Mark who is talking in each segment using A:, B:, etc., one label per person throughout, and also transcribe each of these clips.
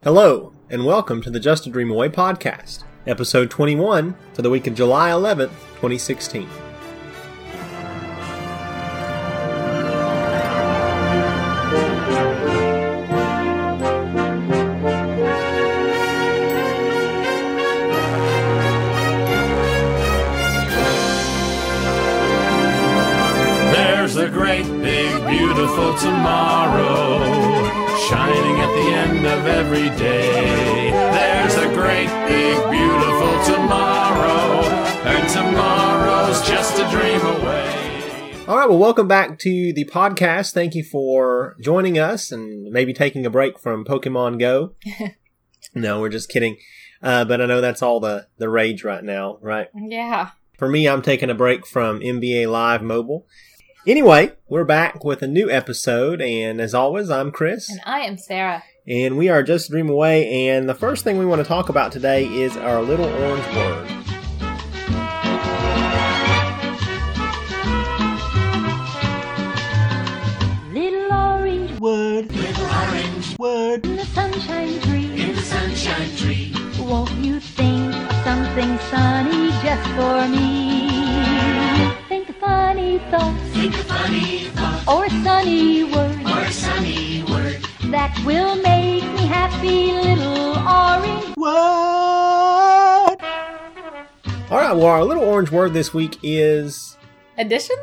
A: Hello, and welcome to the Just a Dream Away podcast, episode 21 for the week of July 11th, 2016.
B: There's a great big beautiful tomorrow shining at the end of every day. There's a great big beautiful tomorrow, and tomorrow's just a dream away.
A: All right, well, welcome back to the podcast. Thank you for joining us and maybe taking a break from Pokemon Go. no, we're just kidding. Uh, but I know that's all the, the rage right now, right?
C: Yeah.
A: For me, I'm taking a break from NBA Live Mobile. Anyway, we're back with a new episode, and as always, I'm Chris.
C: And I am Sarah.
A: And we are just a dream away. And the first thing we want to talk about today is our little orange word.
D: Little orange word, little orange word in the sunshine tree. In the sunshine tree. Won't you think of something sunny just for me? Think of funny thoughts. Think of funny thoughts. Or a sunny word. Or a sunny word. That will make me happy, little orange.
A: What? All right, well, our little orange word this week is
C: Additions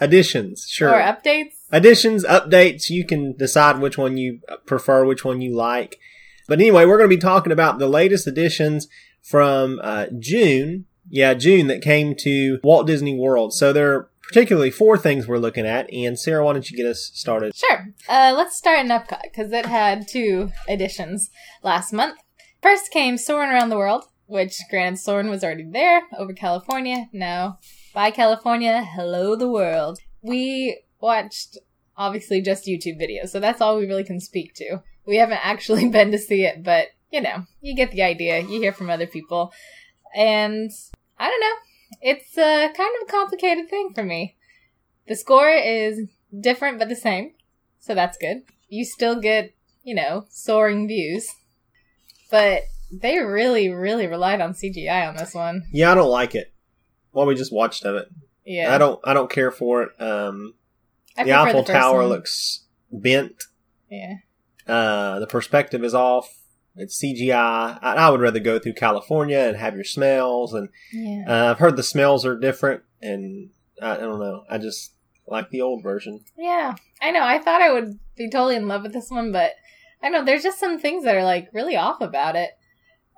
A: additions. Sure.
C: or updates?
A: additions, updates, you can decide which one you prefer, which one you like. But anyway, we're going to be talking about the latest additions from uh, June. Yeah, June that came to Walt Disney World. So there are particularly four things we're looking at. And Sarah, why don't you get us started?
C: Sure. Uh, let's start in Epcot because it had two editions last month. First came Soarin' Around the World, which granted Soarin' was already there over California. Now, bye California, hello the world. We watched obviously just YouTube videos, so that's all we really can speak to. We haven't actually been to see it, but you know, you get the idea. You hear from other people, and I don't know. It's a kind of a complicated thing for me. The score is different but the same, so that's good. You still get, you know, soaring views, but they really, really relied on CGI on this one.
A: Yeah, I don't like it. Well, we just watched of it.
C: Yeah,
A: I don't. I don't care for it. Um,
C: I
A: the
C: prefer
A: Eiffel
C: first
A: Tower
C: one.
A: looks bent.
C: Yeah,
A: Uh, the perspective is off. It's CGI. I, I would rather go through California and have your smells and
C: yeah.
A: Uh, I've heard the smells are different, and I, I don't know. I just like the old version.
C: Yeah, I know. I thought I would be totally in love with this one, but I know there's just some things that are like really off about it.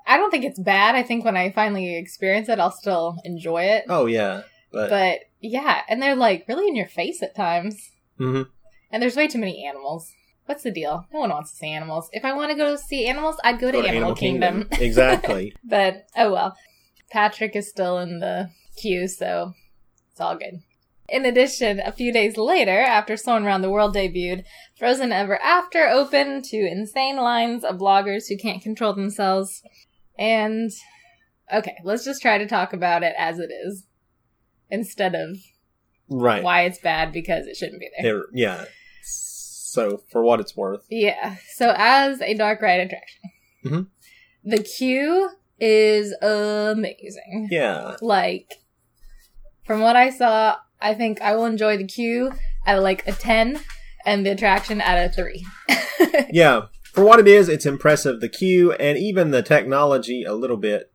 C: I don't think it's bad. I think when I finally experience it, I'll still enjoy it.
A: Oh yeah, but,
C: But yeah, and they're like really in your face at times.
A: Mhm.
C: And there's way too many animals. What's the deal? No one wants to see animals. If I want to go see animals, I'd go to,
A: Go to
C: Animal, Kingdom.
A: exactly.
C: But oh well. Patrick is still in the queue, so it's all good. In addition, a few days later, after Someone Around the World debuted, Frozen Ever After opened to insane lines of bloggers who can't control themselves. And okay, let's just try to talk about it as it is instead of
A: Right.
C: why it's bad because it shouldn't be there.
A: They're- yeah. So for what it's worth,
C: Yeah. So as a dark ride attraction,
A: Mhm.
C: the queue is amazing.
A: yeah,
C: Like, from what I saw, I think I will enjoy the queue at like a 10 and the attraction at a 3.
A: yeah. For what it is, it's impressive. The queue and even the technology, a little bit,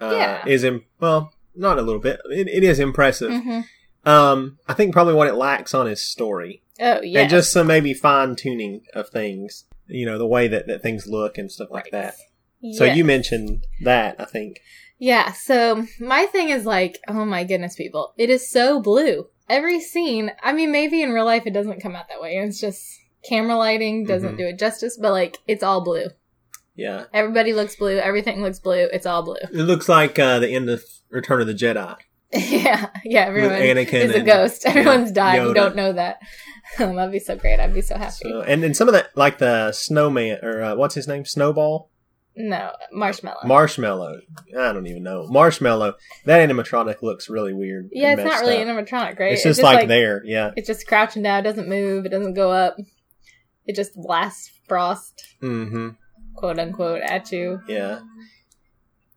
A: uh,
C: Yeah.
A: is Im- well, not a little bit. It, it is impressive.
C: hmm
A: Um, I think probably what it lacks on is story.
C: Oh, yeah.
A: and just some maybe fine tuning of things you know the way that, that things look and stuff like that so
C: Yeah.
A: you mentioned that i think
C: Yeah, so my thing is like, oh my goodness, people. It is so blue. Every scene, I mean, maybe in real life it doesn't come out that way. and It's just camera lighting doesn't
A: Mhm.
C: do it justice, but like, it's all blue.
A: yeah
C: Everybody looks blue. Everything looks blue. It's all blue.
A: it looks like uh, the end of return of the jedi
C: yeah, yeah, everyone
A: Anakin
C: is a
A: and-
C: ghost. Everyone's died.
A: Yoda.
C: We don't know that. Um, that'd be so great. I'd be so happy.
A: so, and and some of that like the snowman or uh, what's his name snowball
C: no, marshmallow.
A: marshmallow i don't even know marshmallow that animatronic looks really weird
C: yeah,
A: and
C: it's not
A: messed
C: really
A: up.
C: animatronic, right?
A: it's just, like, there yeah
C: It's just crouching down. It doesn't move. It doesn't go up. It just blasts frost.
A: mm-hmm
C: quote unquote at you.
A: Yeah.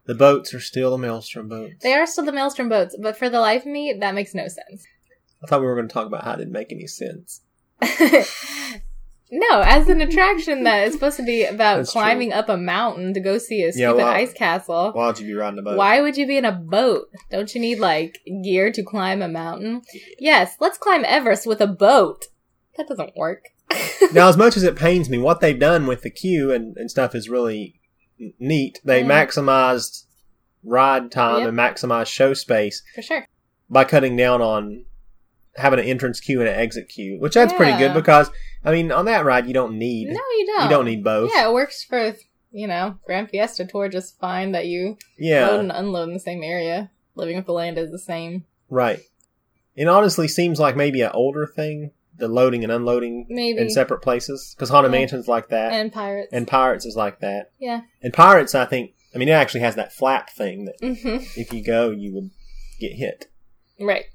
A: The boats are still the maelstrom boats.
C: They are still the Maelstrom boats, but for the life of me, that makes no sense.
A: I thought we were going to talk about how it didn't make any sense.
C: no, as an attraction that is supposed to be about
A: That's true.
C: climbing up a mountain to go see a stupid
A: Yeah, wow.
C: ice castle.
A: Why would you be riding a boat?
C: Why would you be in a boat? Don't you need like gear to climb a mountain? Yes, let's climb Everest with a boat. That doesn't work.
A: now, as much as it pains me, what they've done with the queue and, and stuff is really n- neat. They
C: Mm.
A: maximized ride time
C: Yep.
A: and maximized show space
C: For sure.
A: by cutting down on having an entrance queue and an exit queue, which that's pretty
C: Yeah.
A: good because, I mean, on that ride, you don't need,
C: No, you don't.
A: you don't need both.
C: Yeah, it works for you know Grand Fiesta Tour just fine that you
A: Yeah.
C: load and unload in the same area. Living with the land is the same.
A: Right. It honestly seems like maybe an older thing, the loading and unloading
C: Maybe.
A: in separate places. Because Haunted
C: Yeah.
A: Mansion's like that, and,
C: and pirates.
A: Pirates is like that.
C: yeah.
A: And Pirates, I think, I mean, it actually has that flap thing that
C: hmm
A: if you go, you would get hit.
C: Right.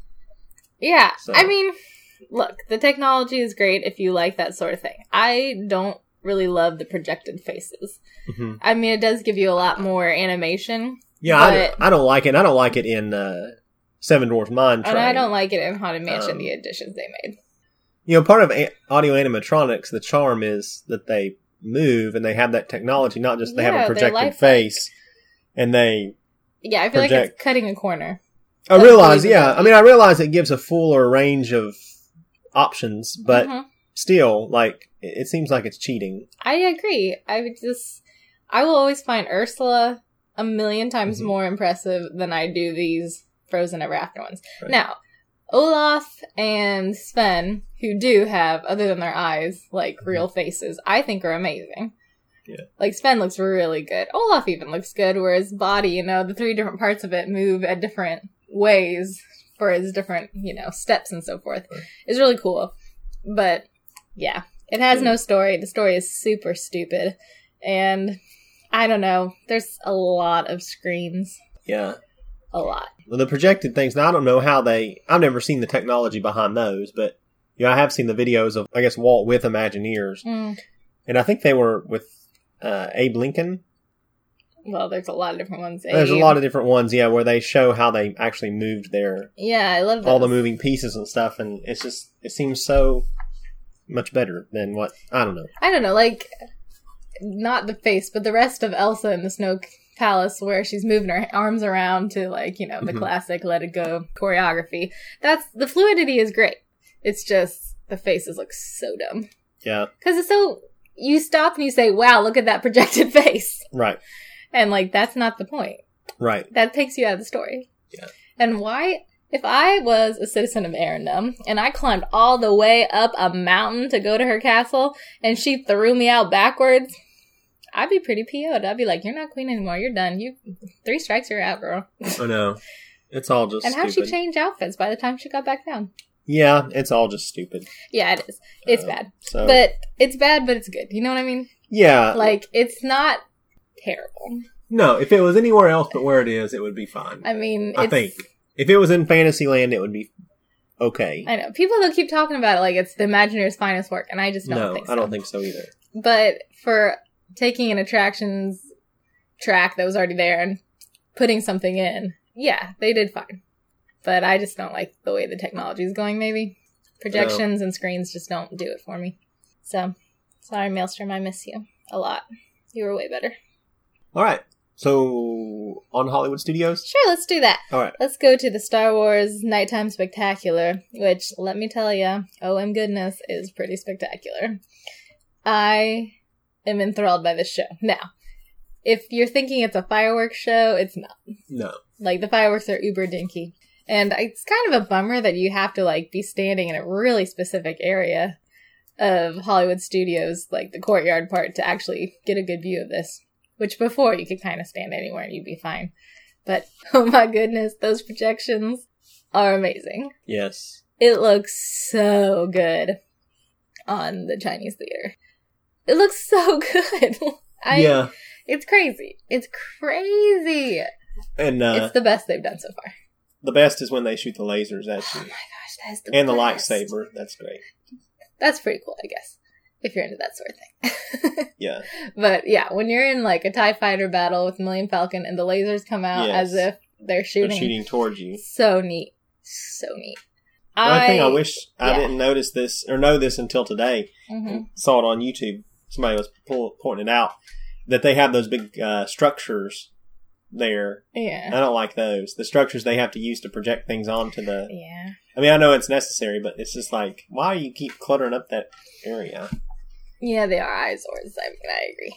C: Yeah.
A: So-
C: I mean, look, the technology is great if you like that sort of thing. I don't really love the projected faces.
A: hmm
C: I mean, it does give you a lot more animation,
A: Yeah,
C: But-
A: I, I don't like it. and I don't like it in uh, Seven Dwarf Mine Train.
C: and I don't like it in Haunted Mansion.
A: Um,
C: the additions they made.
A: You know, part of a- audio animatronics, the charm is that they move and they have that technology, not just they
C: Yeah,
A: have a
C: they're
A: projected
C: lifelike.
A: face. And they
C: Yeah, I feel like
A: project-
C: it's cutting a corner.
A: I
C: That's
A: realize, yeah.
C: believable.
A: I mean, I realize it gives a fuller range of options, but
C: Mhm.
A: still, like, it it seems like it's cheating.
C: I agree. I would just, I will always find Ursula a million times
A: Mhm.
C: more impressive than I do these Frozen Ever After ones.
A: Right.
C: Now, Olaf and Sven, who do have, other than their eyes, like real faces, I think are amazing.
A: Mm-hmm. Yeah.
C: Like Sven looks really good. Olaf even looks good, where his body, you know, the three different parts of it move at different ways for his different, you know, steps and so forth.
A: Right.
C: It's really cool. But yeah, it has no story. The story is super stupid. And I don't know. There's a lot of screams.
A: Yeah.
C: A lot.
A: Well, the projected things, now I don't know how they, I've never seen the technology behind those, but, you know, I have seen the videos of, I guess, Walt with Imagineers, and I think they were with uh, Abe Lincoln.
C: Well, there's a lot of different ones.
A: There's a
C: Abe.
A: lot of different ones, yeah, where they show how they actually moved their,
C: Yeah, I love
A: all the
C: those.
A: moving pieces and stuff, and it's just, it seems so much better than what, I don't know.
C: I don't know, like not the face, but the rest of Elsa in the Snow Palace, where she's moving her arms around to like you know the
A: Mhm.
C: classic "Let It Go" choreography. That's the fluidity is great. It's just the faces look so dumb
A: Yeah.
C: because it's so you stop and you say, "Wow, look at that projected face,"
A: Right.
C: and like that's not the point.
A: Right.
C: that takes you out of the story.
A: Yeah.
C: And why? If I was a citizen of Arendum and I climbed all the way up a mountain to go to her castle and she threw me out backwards, I'd be pretty PO'd. I'd be like, You're not queen anymore. You're done. You three strikes, you're out, girl.
A: I know. It's all just
C: and how she
A: stupid.
C: changed outfits by the time she got back down.
A: Yeah, it's all just stupid.
C: Yeah, it is. It's
A: Uh,
C: bad.
A: So
C: But it's bad, but it's good. You know what I mean?
A: yeah,
C: Like, it's not terrible.
A: no. If it was anywhere else but where it is, it would be fine.
C: I mean,
A: I
C: it's,
A: think if it was in Fantasyland, it would be okay.
C: I know. People will keep talking about it like it's the Imagineer's finest work, and I just don't
A: no,
C: think so.
A: I don't think so either.
C: but for taking an attractions track that was already there and putting something in, yeah, they did fine. But I just don't like the way the technology is going. Maybe projections and screens just don't do it for me. So sorry, Maelstrom, I miss you a lot. You were way better.
A: All right. So on Hollywood Studios.
C: Sure, let's do that.
A: All right.
C: Let's go to the Star Wars Nighttime Spectacular, which, let me tell you, OM goodness, is pretty spectacular. I am enthralled by this show. Now, if you're thinking it's a fireworks show, it's not.
A: No.
C: Like, the fireworks are uber dinky. And it's kind of a bummer that you have to, like, be standing in a really specific area of Hollywood Studios, like the courtyard part, to actually get a good view of this. Which before you could kind of stand anywhere and you'd be fine. But oh my goodness, those projections are amazing.
A: Yes.
C: It looks so good on the Chinese theater. It looks so good. I,
A: yeah.
C: It's crazy. It's crazy.
A: And uh,
C: it's the best they've done so far.
A: the best is when they shoot the lasers at you
C: Oh Gosh, that is the
A: and the
C: best.
A: lightsaber. That's great.
C: That's pretty cool, I guess. if you're into that sort of thing.
A: Yeah.
C: but yeah, when you're in like a TIE fighter battle with Millennium Falcon and the lasers come out
A: Yes.
C: as if they're
A: They're
C: shooting.
A: shooting towards you.
C: So neat. So neat.
A: One thing I wish I
C: yeah.
A: didn't notice this or know this until today.
C: Mhm.
A: Saw it on YouTube. Somebody was po- pointing it out that they have those big uh, structures there.
C: Yeah.
A: I don't like those. The structures they have to use to project things onto the.
C: Yeah.
A: I mean, I know it's necessary, but it's just like, why you keep cluttering up that area?
C: Yeah, they are eyesores. I mean, I agree.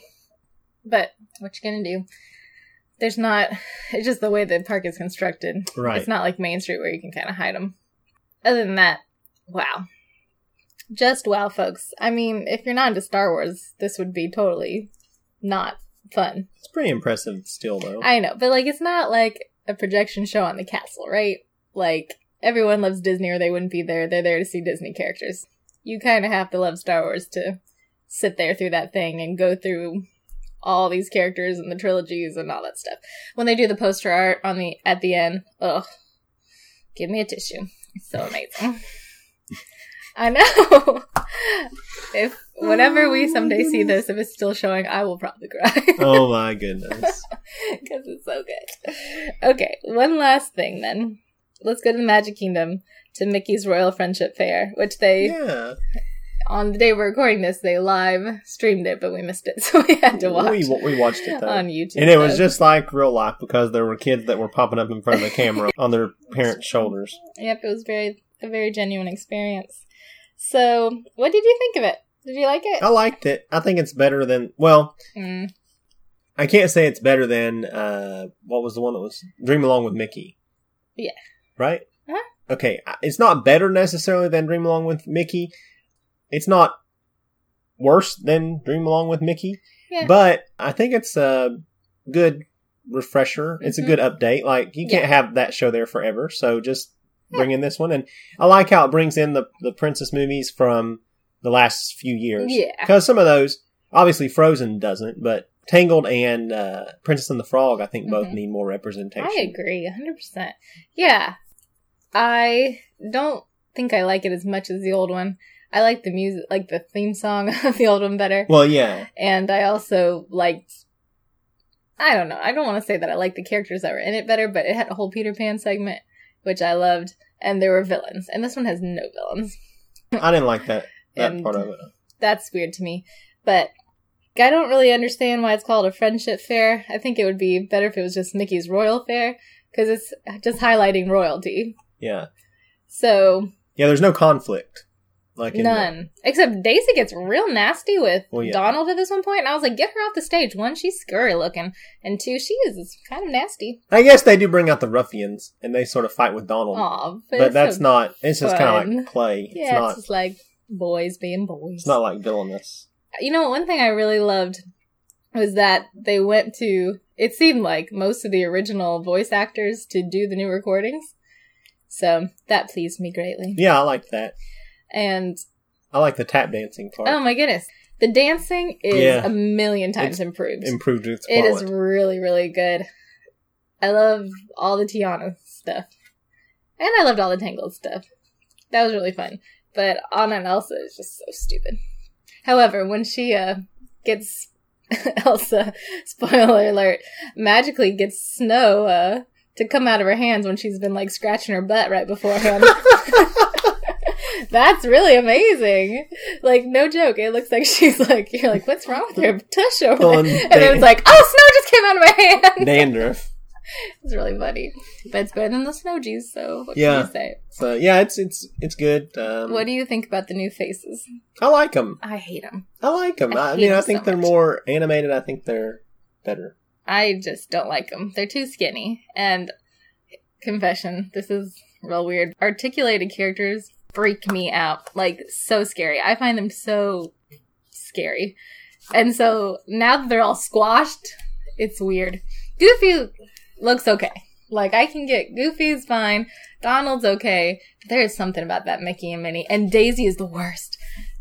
C: But what you gonna do? There's not. It's just the way the park is constructed.
A: Right.
C: It's not like Main Street where you can kind of hide them. Other than that, wow. Just wow, folks. I mean, if you're not into Star Wars, this would be totally not fun.
A: It's pretty impressive still, though.
C: I know, but like, it's not like a projection show on the castle, right? Like, everyone loves Disney or they wouldn't be there. They're there to see Disney characters. You kind of have to love Star Wars to sit there through that thing and go through all these characters and the trilogies and all that stuff. When they do the poster art on the at the end, ugh, give me a tissue. It's so amazing. I know. if whenever we someday see this, if it's still showing, I will probably cry.
A: oh my goodness.
C: because it's so good. Okay, one last thing then. Let's go to the Magic Kingdom to Mickey's Royal Friendship Fair, which they
A: yeah.
C: on the day we're recording this they live streamed it, but we missed it, so we had to watch
A: We, we watched it, though.
C: on YouTube.
A: and it was
C: though.
A: just like real life because there were kids that were popping up in front of the camera on their parents' shoulders.
C: yep, it was very a very genuine experience. So, what did you think of it? Did you like it?
A: I liked it. I think it's better than well,
C: Mm,
A: I can't say it's better than uh what was the one that was Dream Along with Mickey.
C: Yeah.
A: Right?
C: Huh?
A: Okay, I- it's not better necessarily than Dream Along with Mickey. It's not worse than Dream Along with Mickey,
C: Yeah.
A: but I think it's a good refresher. It's a
C: Mhm.
A: good update. Like you can't
C: Yeah.
A: have that show there forever, so just bring in this one and I like how it brings in the the princess movies from the last few years.
C: Yeah.
A: Because some of those, obviously Frozen doesn't, but Tangled and uh, Princess and the Frog, I think both
C: Mhm.
A: need more representation.
C: I agree, hundred percent. Yeah, I don't think I like it as much as the old one. I like the music, like the theme song of the old one better.
A: Well, yeah.
C: And I also liked. I don't know. I don't want to say that I liked the characters that were in it better, but it had a whole Peter Pan segment, which I loved, and there were villains. And this one has no villains.
A: I didn't like that, that
C: And-
A: part of it.
C: That's weird to me. But I don't really understand why it's called a friendship fair. I think it would be better if it was just Mickey's Royal Fair, because it's just highlighting royalty.
A: Yeah.
C: So,
A: Yeah, there's no conflict. Like in the-
C: none. Except Daisy gets real nasty with
A: Well, yeah.
C: Donald at this one point, and I was like, get her off the stage. One, she's scurry looking, and two, she is kind of nasty.
A: I guess they do bring out the ruffians and they sort of fight with Donald.
C: Aw, but,
A: but
C: it's
A: that's
C: so-
A: not, it's just kind of
C: fun.
A: like play.
C: Yeah,
A: it's
C: it's,
A: not,
C: just like boys being boys.
A: it's not like villainous.
C: you know, one thing I really loved was that they went to. It seemed like most of the original voice actors to do the new recordings, so that pleased me greatly.
A: Yeah, I like that.
C: And
A: I like the tap dancing part.
C: oh my goodness, the dancing is
A: Yeah.
C: a million times
A: It's
C: improved.
A: Improved its
C: It
A: quality.
C: is really, really good. I love all the Tiana stuff. And I loved all the Tangled stuff. That was really fun. But Anna and Elsa is just so stupid. However, when she uh, gets Elsa, spoiler alert, magically gets snow uh, to come out of her hands when she's been like scratching her butt right beforehand. That's really amazing. Like, no joke. It looks like she's like, you're like, what's wrong with your tush over there?
A: Fun
C: and it
A: day.
C: was like, oh, snow just came out of my hand.
A: Dandruff.
C: It's really funny, but it's better than the snow G's. So what
A: Yeah.
C: can you say?
A: So yeah, it's it's it's good. Um,
C: What do you think about the new faces?
A: I like them.
C: I hate them.
A: I like them.
C: I
A: I,
C: hate
A: mean, I
C: 'em
A: think
C: so
A: they're
C: much.
A: more animated. I think they're better.
C: I just don't like them. They're too skinny. And confession, this is real weird. Articulated characters freak me out. Like so scary. I find them so scary. And so now that they're all squashed, it's weird. Goofy looks okay. Like I can get Goofy's fine, Donald's okay, but there is something about that Mickey and Minnie, and Daisy is the worst.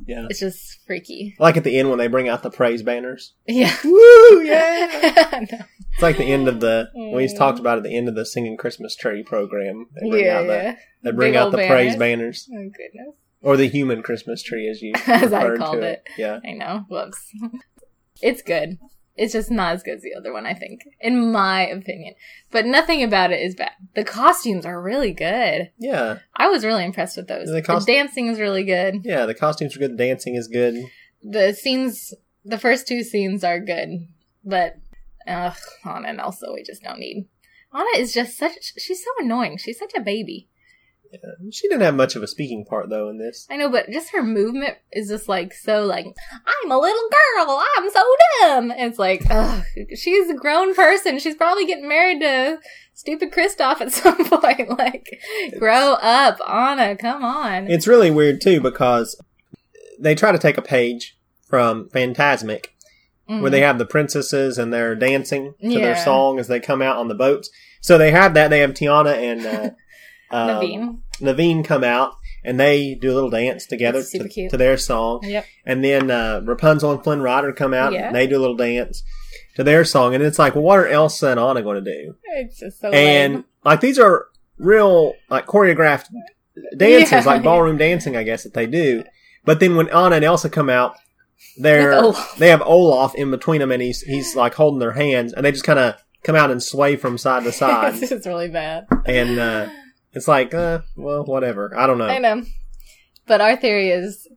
A: Yeah.
C: It's just freaky.
A: Like at the end when they bring out the praise banners.
C: Yeah.
A: Woo! Yeah.
C: I know.
A: it's like the end of the we just
C: Mm.
A: talked about at the end of the singing Christmas tree program. They bring
C: yeah,
A: out the
C: yeah.
A: they bring
C: Big
A: out
C: old
A: the praise banners.
C: Oh goodness.
A: or the human Christmas tree, as you
C: As I
A: referred
C: called
A: to it. Yeah,
C: I know. Whoops. it's good. It's just not as good as the other one, I think, in my opinion. But nothing about it is bad. The costumes are really good.
A: yeah,
C: I was really impressed with those.
A: The
C: The,
A: cost-
C: dancing is really good.
A: yeah. The costumes are good. The dancing is good.
C: The scenes, the first two scenes are good, but ugh, Anna and Elsa, we just don't need. Anna is just such. She's so annoying. She's such a baby.
A: She didn't have much of a speaking part though in this.
C: I know, but just her movement is just like so like I'm a little girl, I'm so dumb. And it's like, ugh, she's a grown person. She's probably getting married to stupid Kristoff at some point. Like, grow up, Anna. Come on.
A: It's really weird too because they try to take a page from Phantasmic,
C: Mhm.
A: where they have the princesses and they're dancing to their
C: Yeah.
A: song as they come out on the boats. So they have that. They have Tiana and uh, um,
C: Naveen.
A: Naveen come out and they do a little dance together
C: It's super
A: to,
C: cute.
A: to their song.
C: Yep.
A: And then uh, Rapunzel and Flynn Rider come out
C: Yeah.
A: and they do a little dance to their song. And it's like, well, what are Elsa and Anna going to do?
C: It's just so
A: And
C: lame.
A: like these are real like choreographed dances,
C: Yeah.
A: like ballroom dancing, I guess that they do. But then when Anna and Elsa come out,
C: With
A: they're
C: Olaf.
A: they have Olaf in between them, and he's he's like holding their hands, and they just kind of come out and sway from side to side,
C: it's just really bad.
A: and uh, it's like, uh, well, whatever. I don't know.
C: I know. But our theory is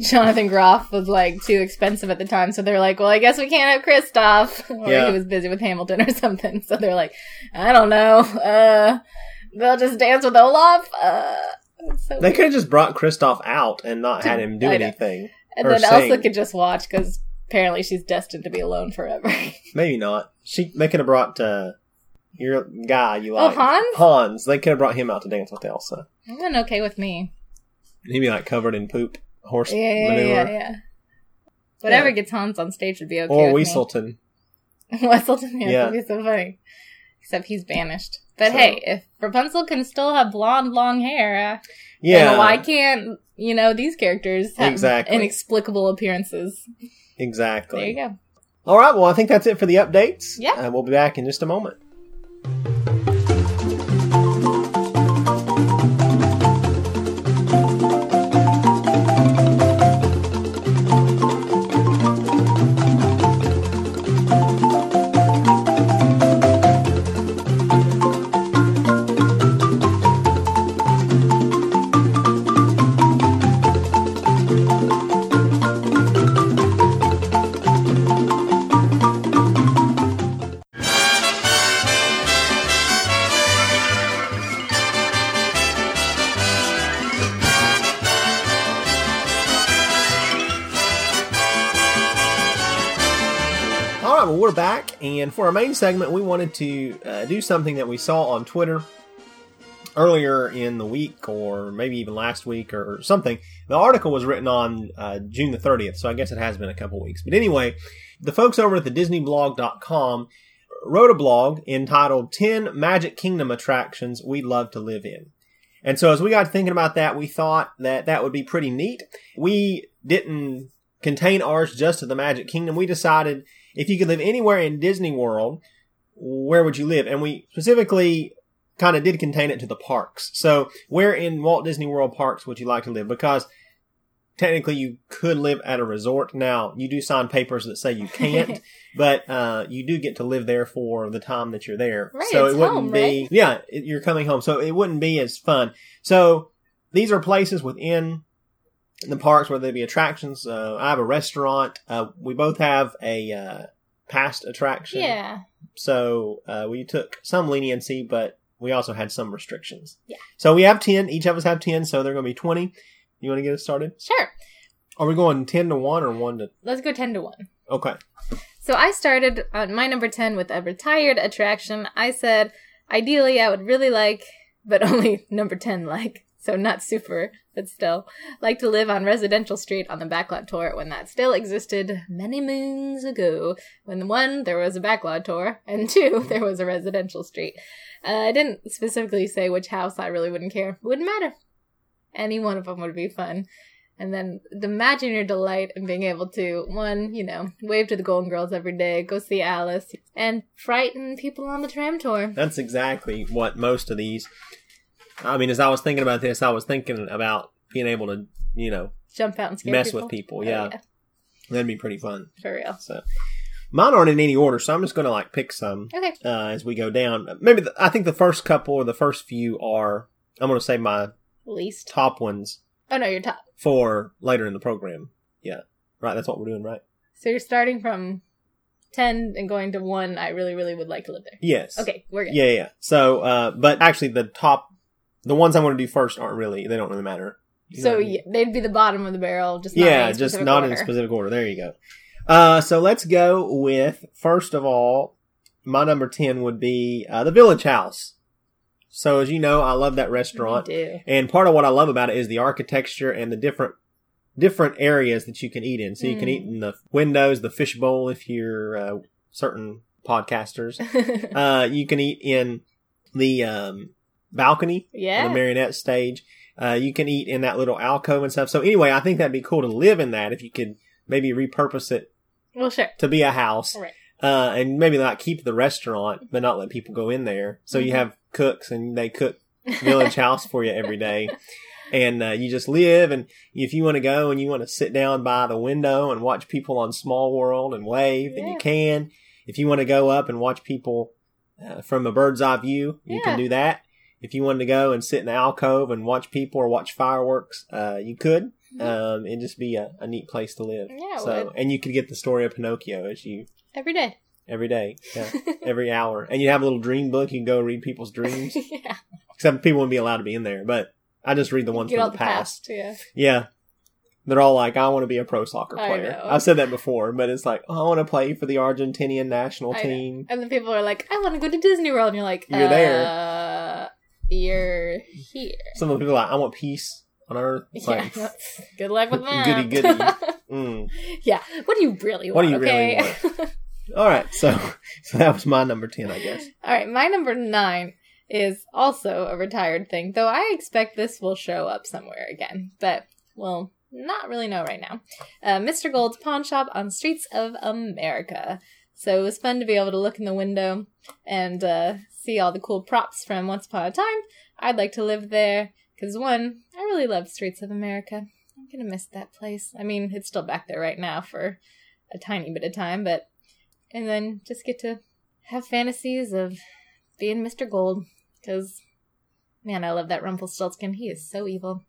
C: Jonathan Groff was like too expensive at the time, so they're like, "Well, I guess we can't have Kristoff." or
A: Yeah.
C: he was busy with Hamilton or something, so they're like, "I don't know. Uh, they'll just dance with Olaf." Uh, it's so
A: They
C: weird.
A: could have just brought Kristoff out and not had him do
C: I know.
A: anything.
C: and
A: or
C: then Elsa
A: sing.
C: could just watch because apparently she's destined to be alone forever. Oh,
A: Maybe not. She they could have brought uh, your guy you
C: Oh,
A: like
C: Hans?
A: Hans. They could have brought him out to dance with Elsa.
C: It went okay with me.
A: He'd be like covered in poop, horse
C: Yeah, yeah,
A: manure,
C: yeah, yeah. Whatever
A: Yeah.
C: gets Hans on stage would be okay.
A: or
C: with me.
A: Weaselton.
C: Wesselton yeah.
A: Yeah.
C: would be so funny. Except he's banished. But
A: So-
C: hey, if Rapunzel can still have blonde, long hair, uh,
A: Yeah,
C: then why can't you know these characters have
A: Exactly.
C: inexplicable appearances?
A: exactly.
C: There you go.
A: All right. Well, I think that's it for the updates.
C: Yeah.
A: Uh, we'll be back in just a moment. All right. Well, we're back, and for our main segment, we wanted to uh, do something that we saw on Twitter earlier in the week, or maybe even last week, or, or something. The article was written on uh, June the 30th, so I guess it has been a couple weeks. But anyway, the folks over at the DisneyBlog.com wrote a blog entitled 10 Magic Kingdom Attractions We'd Love to Live In. And so as we got thinking about that, we thought that that would be pretty neat. We didn't contain ours just to the Magic Kingdom. We decided if you could live anywhere in Disney World, where would you live? And we specifically kind of did contain it to the parks. So where in Walt Disney World parks would you like to live? Because technically you could live at a resort. Now you do sign papers that say you can't, but uh, you do get to live there for the time that you're there.
C: Right,
A: so
C: it's
A: it wouldn't
C: home,
A: be
C: right?
A: yeah, it- you're coming home. So it wouldn't be as fun. So these are places within the parks, whether they be attractions. Uh, I have a restaurant. Uh, we both have a uh, past attraction.
C: Yeah.
A: So uh, we took some leniency, but we also had some restrictions.
C: Yeah.
A: So we have 10. Each of us have 10, so they're going to be 20. You want to get us started?
C: Sure.
A: Are we going 10 to 1 or 1 to.
C: Let's go ten to one.
A: Okay.
C: So I started on my number ten with a retired attraction. I said ideally I would really like but only number ten like. So not super, but still. Like to live on Residential Street on the backlot tour when that still existed many moons ago. When one, there was a backlot tour, and two, there was a residential street. Uh, I didn't specifically say which house, I really wouldn't care. Wouldn't matter. Any one of them would be fun. And then imagine your delight in being able to, one, you know, wave to the Golden Girls every day, go see Alice, and frighten people on the tram tour.
A: That's exactly what most of these. I mean, as I was thinking about this, I was thinking about being able to you know,
C: Jump out and scare
A: mess
C: people.
A: with people.
C: Oh,
A: yeah. That'd be pretty fun.
C: for real.
A: So mine aren't in any order, so I'm just going to like pick some
C: Okay.
A: uh, as we go down. Maybe the, I think the first couple or the first few are I'm going to say my
C: Least.
A: top ones
C: Oh no, you're top.
A: for later in the program. Yeah, right. That's what we're doing, right?
C: So you're starting from ten and going to one. I really, really would like to live there.
A: Yes.
C: Okay, we're good.
A: Yeah, yeah. So, uh, but actually, the top, the ones I'm going to do first aren't really. They don't really matter. You know
C: So
A: what I mean?
C: yeah, they'd be the bottom of the barrel, just not
A: yeah,
C: in a
A: just
C: specific
A: not in a
C: order.
A: specific order. There you go. Uh, so let's go with first of all, my number ten would be uh, the Village House. So as you know, I love that restaurant,
C: We do.
A: and part of what I love about it is the architecture and the different different areas that you can eat in. So you can
C: Mm.
A: eat in the windows, the fishbowl if you're uh, certain podcasters. uh, you can eat in the um, balcony
C: yeah.
A: on the marionette stage. Uh, you can eat in that little alcove and stuff. So anyway, I think that'd be cool to live in that if you could maybe repurpose it
C: well, sure.
A: to be a house,
C: Right.
A: uh, and maybe not keep the restaurant, but not let people go in there. So you
C: Mhm.
A: have cooks and they cook village house for you every day. And uh, you just live, and if you want to go and you want to sit down by the window and watch people on Small World and wave, then you
C: Yeah.
A: can. If you want to go up and watch people uh, from a bird's eye view, you
C: Yeah.
A: can do that. If you wanted to go and sit in the alcove and watch people or watch fireworks, uh, you could. Um, it'd just be a, a neat place to live.
C: Mm-hmm. Yeah, it
A: so,
C: would.
A: and you could get the story of Pinocchio as you
C: Every day.
A: every day, yeah, every hour, and you have a little dream book. You can go read people's dreams.
C: yeah.
A: Except people wouldn't be allowed to be in there, but I just read the ones
C: Get
A: from
C: all
A: the, past.
C: Yeah.
A: Yeah. They're all like, I want to be a pro soccer
C: I
A: player.
C: know.
A: I've said that before, but it's like, oh, I want to play for the Argentinian national
C: I know.
A: team.
C: And then people are like, I want to go to Disney World. And you're like,
A: You're
C: uh,
A: there.
C: You're here.
A: Some of the people are like, I want peace on earth. It's
C: Yeah.
A: like,
C: Good luck with that.
A: Goody, goody. mm.
C: yeah. What do you really
A: What
C: want?
A: do you really
C: okay?
A: All right. So, so that was my number 10, I guess.
C: All right. My number nine is also a retired thing, though I expect this will show up somewhere again, but we'll not really know right now. Uh, Mr. Gold's Pawn Shop on Streets of America. So it was fun to be able to look in the window and uh, see all the cool props from Once Upon a Time. I'd like to live there because, one, I really love Streets of America. I'm going to miss that place. I mean, it's still back there right now for a tiny bit of time, but. And then just get to have fantasies of being Mr. Gold because, man, I love that Rumpelstiltskin. He is so evil.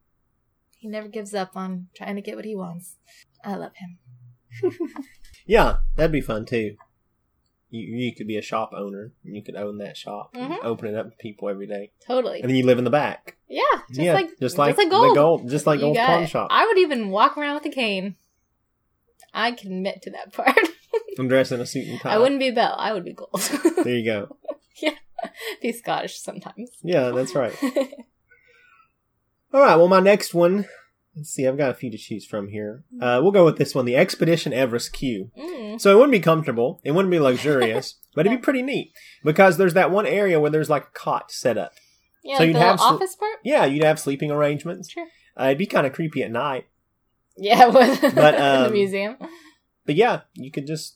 C: He never gives up on trying to get what he wants. I love him.
A: Yeah, that'd be fun too. You, you could be a shop owner and you could own that shop and
C: Mhm.
A: open it up to people every day.
C: Totally.
A: And then you live in the back.
C: yeah, just
A: yeah.
C: like
A: just like,
C: gold.
A: the gold. Just like
C: You
A: Gold's
C: got
A: pawn
C: it.
A: shop.
C: I would even walk around with a cane. I can admit to that part.
A: I'm dressed in a suit and tie.
C: I wouldn't be Belle. I would be Gold.
A: There you go.
C: be Scottish sometimes.
A: Yeah, that's right. All right. Well, my next one. Let's see. I've got a few to choose from here. Uh, we'll go with this one: the Expedition Everest Q.
C: mm.
A: So it wouldn't be comfortable. It wouldn't be luxurious, but it'd be pretty neat because there's that one area where there's like a cot set up.
C: Yeah,
A: So
C: like
A: you'd
C: the
A: have
C: little
A: sl-
C: office part?
A: Yeah, you'd have sleeping arrangements.
C: Sure.
A: Uh, it'd be kind of creepy at night,
C: Yeah, with
A: But,
C: in the
A: um,
C: museum.
A: but yeah, you could just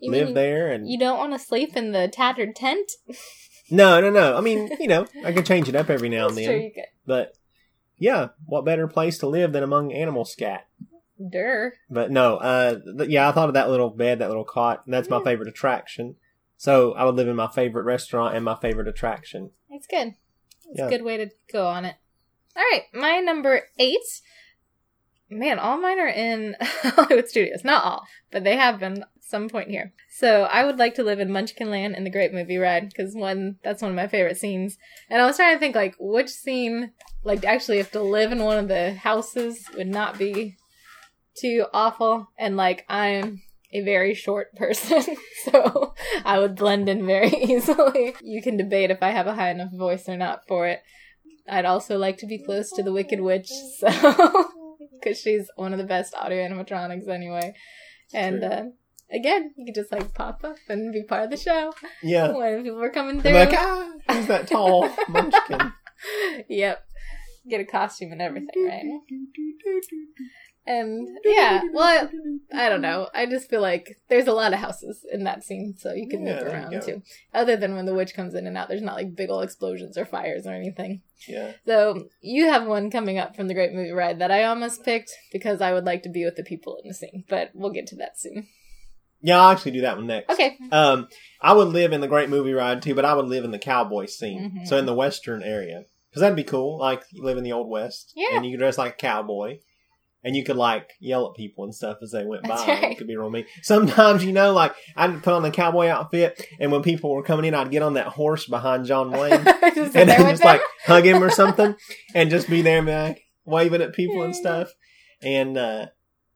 C: You
A: live
C: mean
A: there and
C: You don't want to sleep in the tattered tent?
A: no, no, no. I mean, you know, I could change it up every now and
C: That's
A: then,
C: true, you could.
A: but yeah, what better place to live than among animal scat?
C: Durr.
A: But no, uh, th- yeah, I thought of that little bed, that little cot, and that's my
C: Yeah.
A: favorite attraction. So I would live in my favorite restaurant and my favorite attraction.
C: That's good. That's
A: Yeah.
C: a good way to go on it. All right, my number eight. Man, all mine are in Hollywood Studios. Not all, but they have been at some point here. So I would like to live in Munchkin Land in the Great Movie Ride because one, that's one of my favorite scenes. And I was trying to think like which scene, like actually, if to live in one of the houses would not be too awful. And like I'm a very short person, so I would blend in very easily. You can debate if I have a high enough voice or not for it. I'd also like to be close to the Wicked Witch, so because she's one of the best audio animatronics anyway. And
A: True.
C: uh, again, you could just like pop up and be part of the show
A: Yeah.
C: when people are coming
A: I'm
C: through.
A: like, ah, he's that tall munchkin.
C: yep. Get a costume and everything, right? And yeah, well, I, I don't know. I just feel like there's a lot of houses in that scene, so you can
A: Yeah,
C: move
A: there you
C: around
A: go.
C: too. Other than when the witch comes in and out, there's not like big old explosions or fires or anything.
A: Yeah.
C: So you have one coming up from the Great Movie Ride that I almost picked because I would like to be with the people in the scene, but we'll get to that soon.
A: Yeah, I'll actually do that one next.
C: Okay.
A: Um, I would live in the Great Movie Ride too, but I would live in the cowboy scene,
C: Mhm.
A: so in the western area, because that'd be cool. Like you live in the old west,
C: Yeah.
A: and you could dress like a cowboy, and you could like yell at people and stuff as they went
C: That's
A: by.
C: right.
A: It could be real mean. Sometimes you know, like I'd put on the cowboy outfit, and when people were coming in, I'd get on that horse behind John Wayne
C: just sit
A: and
C: there
A: then
C: with
A: just
C: them.
A: like hug him or something, and just be there and be like waving at people and stuff. And uh,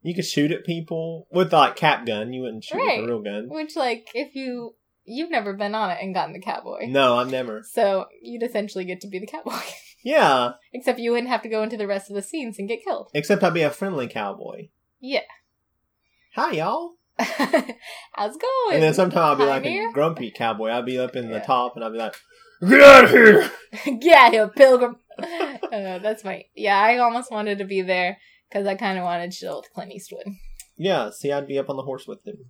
A: you could shoot at people with like cap gun. You wouldn't shoot with
C: Right.
A: a real gun.
C: Which, like, if you you've never been on it and gotten the cowboy,
A: No, I've never.
C: so you'd essentially get to be the cowboy,
A: Yeah,
C: except you wouldn't have to go into the rest of the scenes and get killed.
A: except I'd be a friendly cowboy.
C: Yeah,
A: Hi, y'all.
C: how's it going?
A: And then sometimes I'll be like
C: pioneer?
A: a grumpy cowboy. I'll be up in the
C: Oh, Yeah.
A: top and I'll be like, "Get out of here!"
C: Get out of here, pilgrim. uh, that's my yeah. I almost wanted to be there because I kind of wanted to chill with Clint Eastwood.
A: Yeah, see, I'd be up on the horse with him.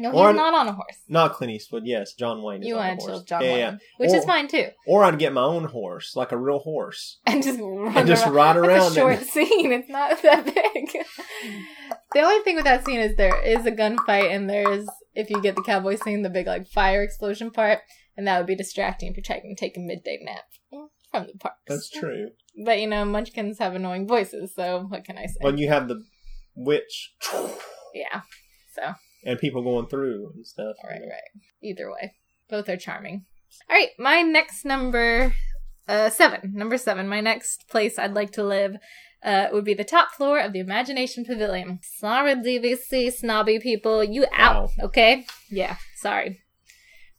C: No,
A: Or-
C: he's not on a horse.
A: Not Clint Eastwood. Yes, John Wayne. Is
C: You
A: on the
C: want to
A: horse.
C: chill, with John
A: Yeah,
C: Wayne,
A: yeah.
C: which is
A: Or-
C: fine too,
A: Or I'd get my own horse, like a real horse,
C: and just run
A: and just
C: around.
A: ride around.
C: It's a short
A: and-
C: scene. It's not that big. the only thing with that scene is there is a gunfight, and there is if you get the cowboy scene, the big like fire explosion part, and that would be distracting if you're trying to take a midday nap from the parks.
A: That's true.
C: But you know, Munchkins have annoying voices, so what can I say?
A: When you have the witch
C: yeah. So right,
A: and people going through and stuff.
C: right. Either way, both are charming. All right, my next number. Uh, seven, number seven. My next place I'd like to live uh, would be the top floor of the Imagination Pavilion. Sorry, DVC snobby people, you out. Okay, yeah, sorry,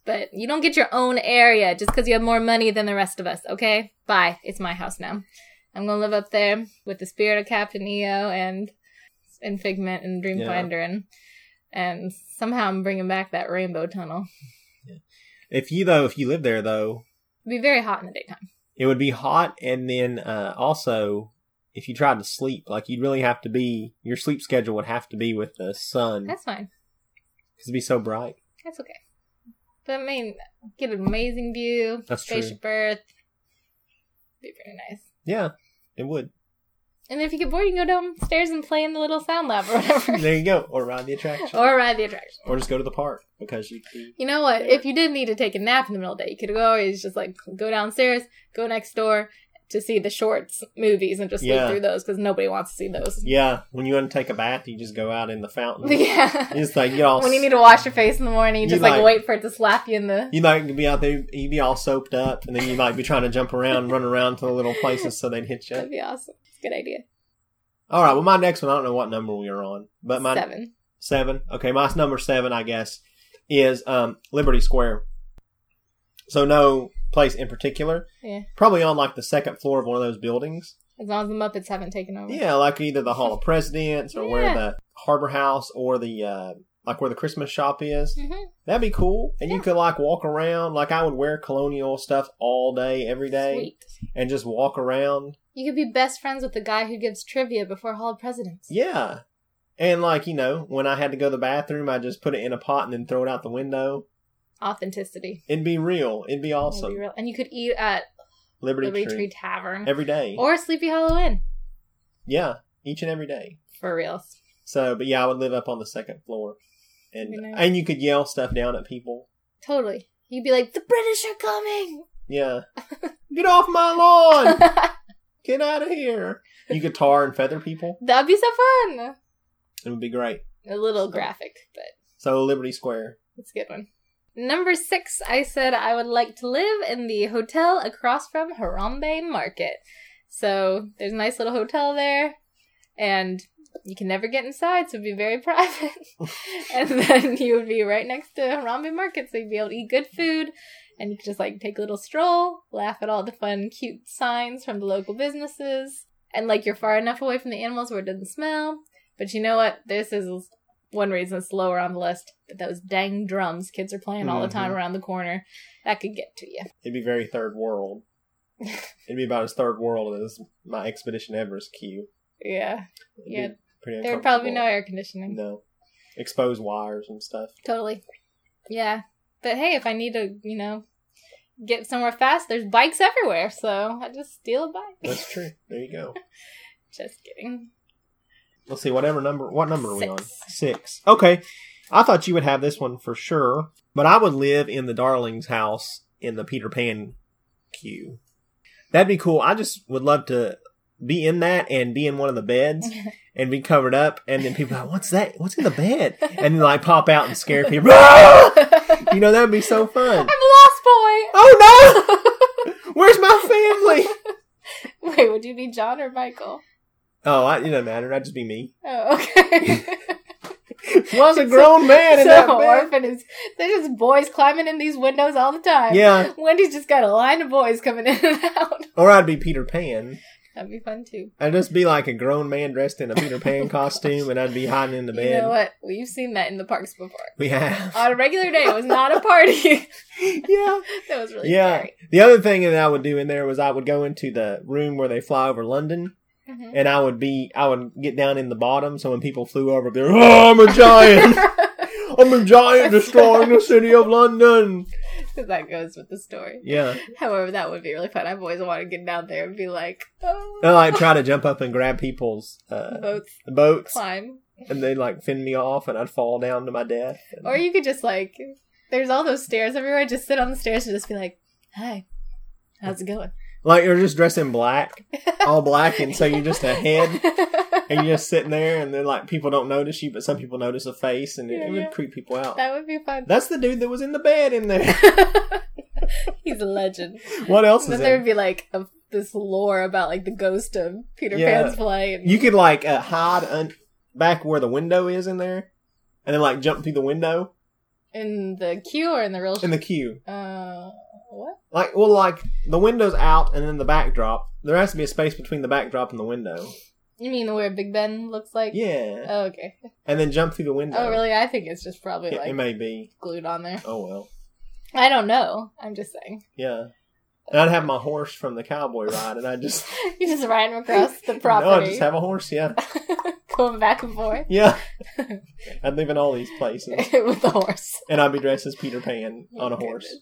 C: but you don't get your own area just because you have more money than the rest of us. Okay, bye. It's my house now. I'm gonna live up there with the spirit of Captain EO and and Figment and Dreamfinder and and somehow I'm bringing back that rainbow tunnel.
A: If you though, if you live there though,
C: It'd be very hot in the daytime.
A: it would be hot and then uh, also if you tried to sleep like you'd really have to be your sleep schedule would have to be with the sun because
C: That's fine.
A: it'd be so bright
C: That's okay. But I mean, get an amazing view,
A: That's true.
C: spaceship Earth. Be pretty nice.
A: yeah it would
C: And if you get bored, you can go downstairs and play in the little sound lab or whatever,
A: there you go or ride the attraction or,
C: or ride the attraction.
A: just go to the park because you'd be
C: You know what?
A: Yeah.
C: If you did need to take a nap in the middle of the day, you could always just like go downstairs, go next door to see the shorts movies and just sleep
A: Yeah.
C: through those because nobody wants to see those.
A: yeah when you want to take a bath you just go out in the fountain you
C: Yeah.
A: just like get all
C: when you need to wash your face in the morning, you
A: You
C: just like,
A: like-
C: wait for it to slap you in the.
A: you might be out there you'd be all soaped up and then you might be trying to jump around and run around to the little places so they'd hit
C: That'd
A: you
C: be awesome. It's a good idea.
A: all right well my next one i don't know what number we are on but my
C: Seven.
A: Seven. Okay, my number seven, I guess, is um, Liberty Square. So no place in particular.
C: Yeah.
A: Probably on like the second floor of one of those buildings.
C: As long as the Muppets haven't taken over.
A: Yeah, like either the Hall of Presidents or where
C: Oh. Yeah.
A: the Harbor House or the uh, like where the Christmas shop is.
C: hmm
A: That'd be cool. And you could like walk around. Like I would wear colonial stuff all day, every day,
C: Sweet.
A: and just walk around.
C: You could be best friends with the guy who gives trivia before Hall of Presidents.
A: Yeah. And like you know, when I had to go to the bathroom, I just put it in a pot and then throw it out the window.
C: Authenticity.
A: It'd be real. It'd be
C: That'd be
A: awesome.
C: real- And you could eat at
A: Liberty,
C: Liberty
A: Tree,
C: Tree, Tavern
A: every day.
C: or Sleepy Hollow Inn.
A: yeah, each and every day.
C: For real.
A: So, but yeah, I would live up on the second floor, and
C: Very nice.
A: and you could yell stuff down at people.
C: Totally. You'd be like, the British are coming!
A: Yeah, get off my lawn! Get out of here! You could tar and feather people.
C: That'd be so fun!
A: It would be great.
C: A little graphic, but
A: So Liberty Square.
C: it's a good one. Number six, I said I would like to live in the hotel across from Harambe Market. So there's a nice little hotel there, and you can never get inside, so it'd be very private. and then you would be right next to Harambe Market, so you'd be able to eat good food, and you could just like take a little stroll, laugh at all the fun, cute signs from the local businesses, and like you're far enough away from the animals where it doesn't smell. But you know what? This is one reason it's lower on the list. But those dang drums kids are playing all the time around the corner, that could get to you.
A: It'd be very third world. It'd be about as third world as my Expedition Everest queue.
C: Yeah.
A: It'd
C: Yeah,
A: be Pretty
C: There would probably be no
A: uncomfortable.
C: air conditioning.
A: No. Exposed wires and stuff.
C: Totally. Yeah. But hey, if I need to, you know, get somewhere fast, there's bikes everywhere, so I just steal a bike.
A: That's true. There you go.
C: just kidding.
A: Let's see, whatever number, what number are we on?
C: Six.
A: Six. Okay. I thought you would have this one for sure, but I would live in the Darling's house in the Peter Pan queue. That'd be cool. I just would love to be in that and be in one of the beds and be covered up, and then people are like, what's that? What's in the bed? And then like pop out and scare people.
C: I'm
A: you
C: a
A: know, that'd be so fun.
C: lost boy.
A: Oh no! Where's my family?
C: Wait, would you be John or Michael?
A: Oh, I, it doesn't matter. I'd just be me.
C: Oh, okay.
A: Was a grown man in that
C: so
A: bed.
C: orphan is there's just boys climbing in these windows all the time.
A: Yeah,
C: Wendy's just got a line of boys coming in and out.
A: or I'd be Peter Pan.
C: That'd be fun too.
A: I'd just be like a grown man dressed in a Peter Pan costume, and I'd be hiding in the
C: You know
A: bed.
C: what? We've seen that in the parks before.
A: We have,
C: On a regular day, it was not a party.
A: yeah,
C: that was really
A: yeah.
C: scary.
A: The other thing that I would do in there was I would go into the room where they fly over London,
C: Mhm.
A: and I would be, I would get down in the bottom, so when people flew over, I'd be like, oh, I'm a giant, I'm a giant destroying the city of London.
C: that goes with the story.
A: Yeah,
C: However, that would be really fun. I've always wanted to get down there and be like, oh,
A: and I like, try to jump up and grab people's uh,
C: boats
A: boats.
C: climb.
A: and they like fend me off, and I'd fall down to my death. And-
C: Or you could just like, there's all those stairs everywhere. Just sit on the stairs and just be like, hi, how's it going?
A: like you're just dressed in black, all black, and so you're just a head,
C: that
A: and you're just sitting there, and then like people don't notice you, but some people notice a face, and it,
C: Yeah,
A: it
C: yeah.
A: would creep people out.
C: would be fun.
A: That's the dude that was in the bed in there.
C: He's a legend.
A: what else is
C: then there
A: there?
C: would be like a, this lore about like the ghost of Peter
A: Yeah.
C: Pan's play. And,
A: You could like uh, hide un- back where the window is in there, and then like jump through the window
C: in the queue or in the real?
A: in the queue.
C: uh, what?
A: Like, well, like the window's out, and then the backdrop. There has to be a space between the backdrop and the window.
C: You mean where Big Ben looks like?
A: Yeah,
C: Oh, okay.
A: and then jump through the window.
C: Oh, really? I think it's just probably
A: It-
C: like
A: it may be.
C: glued on there.
A: Oh well.
C: I don't know. I'm just saying.
A: Yeah. And I'd have my horse from the cowboy ride, and I just
C: You just ride him across the
A: no, I
C: property,
A: just have a horse. Yeah,
C: going back and forth
A: yeah. I'd live in all these places,
C: with the horse. Oh,
A: and I'd be dressed as Peter Pan on a
C: Goodness.
A: horse.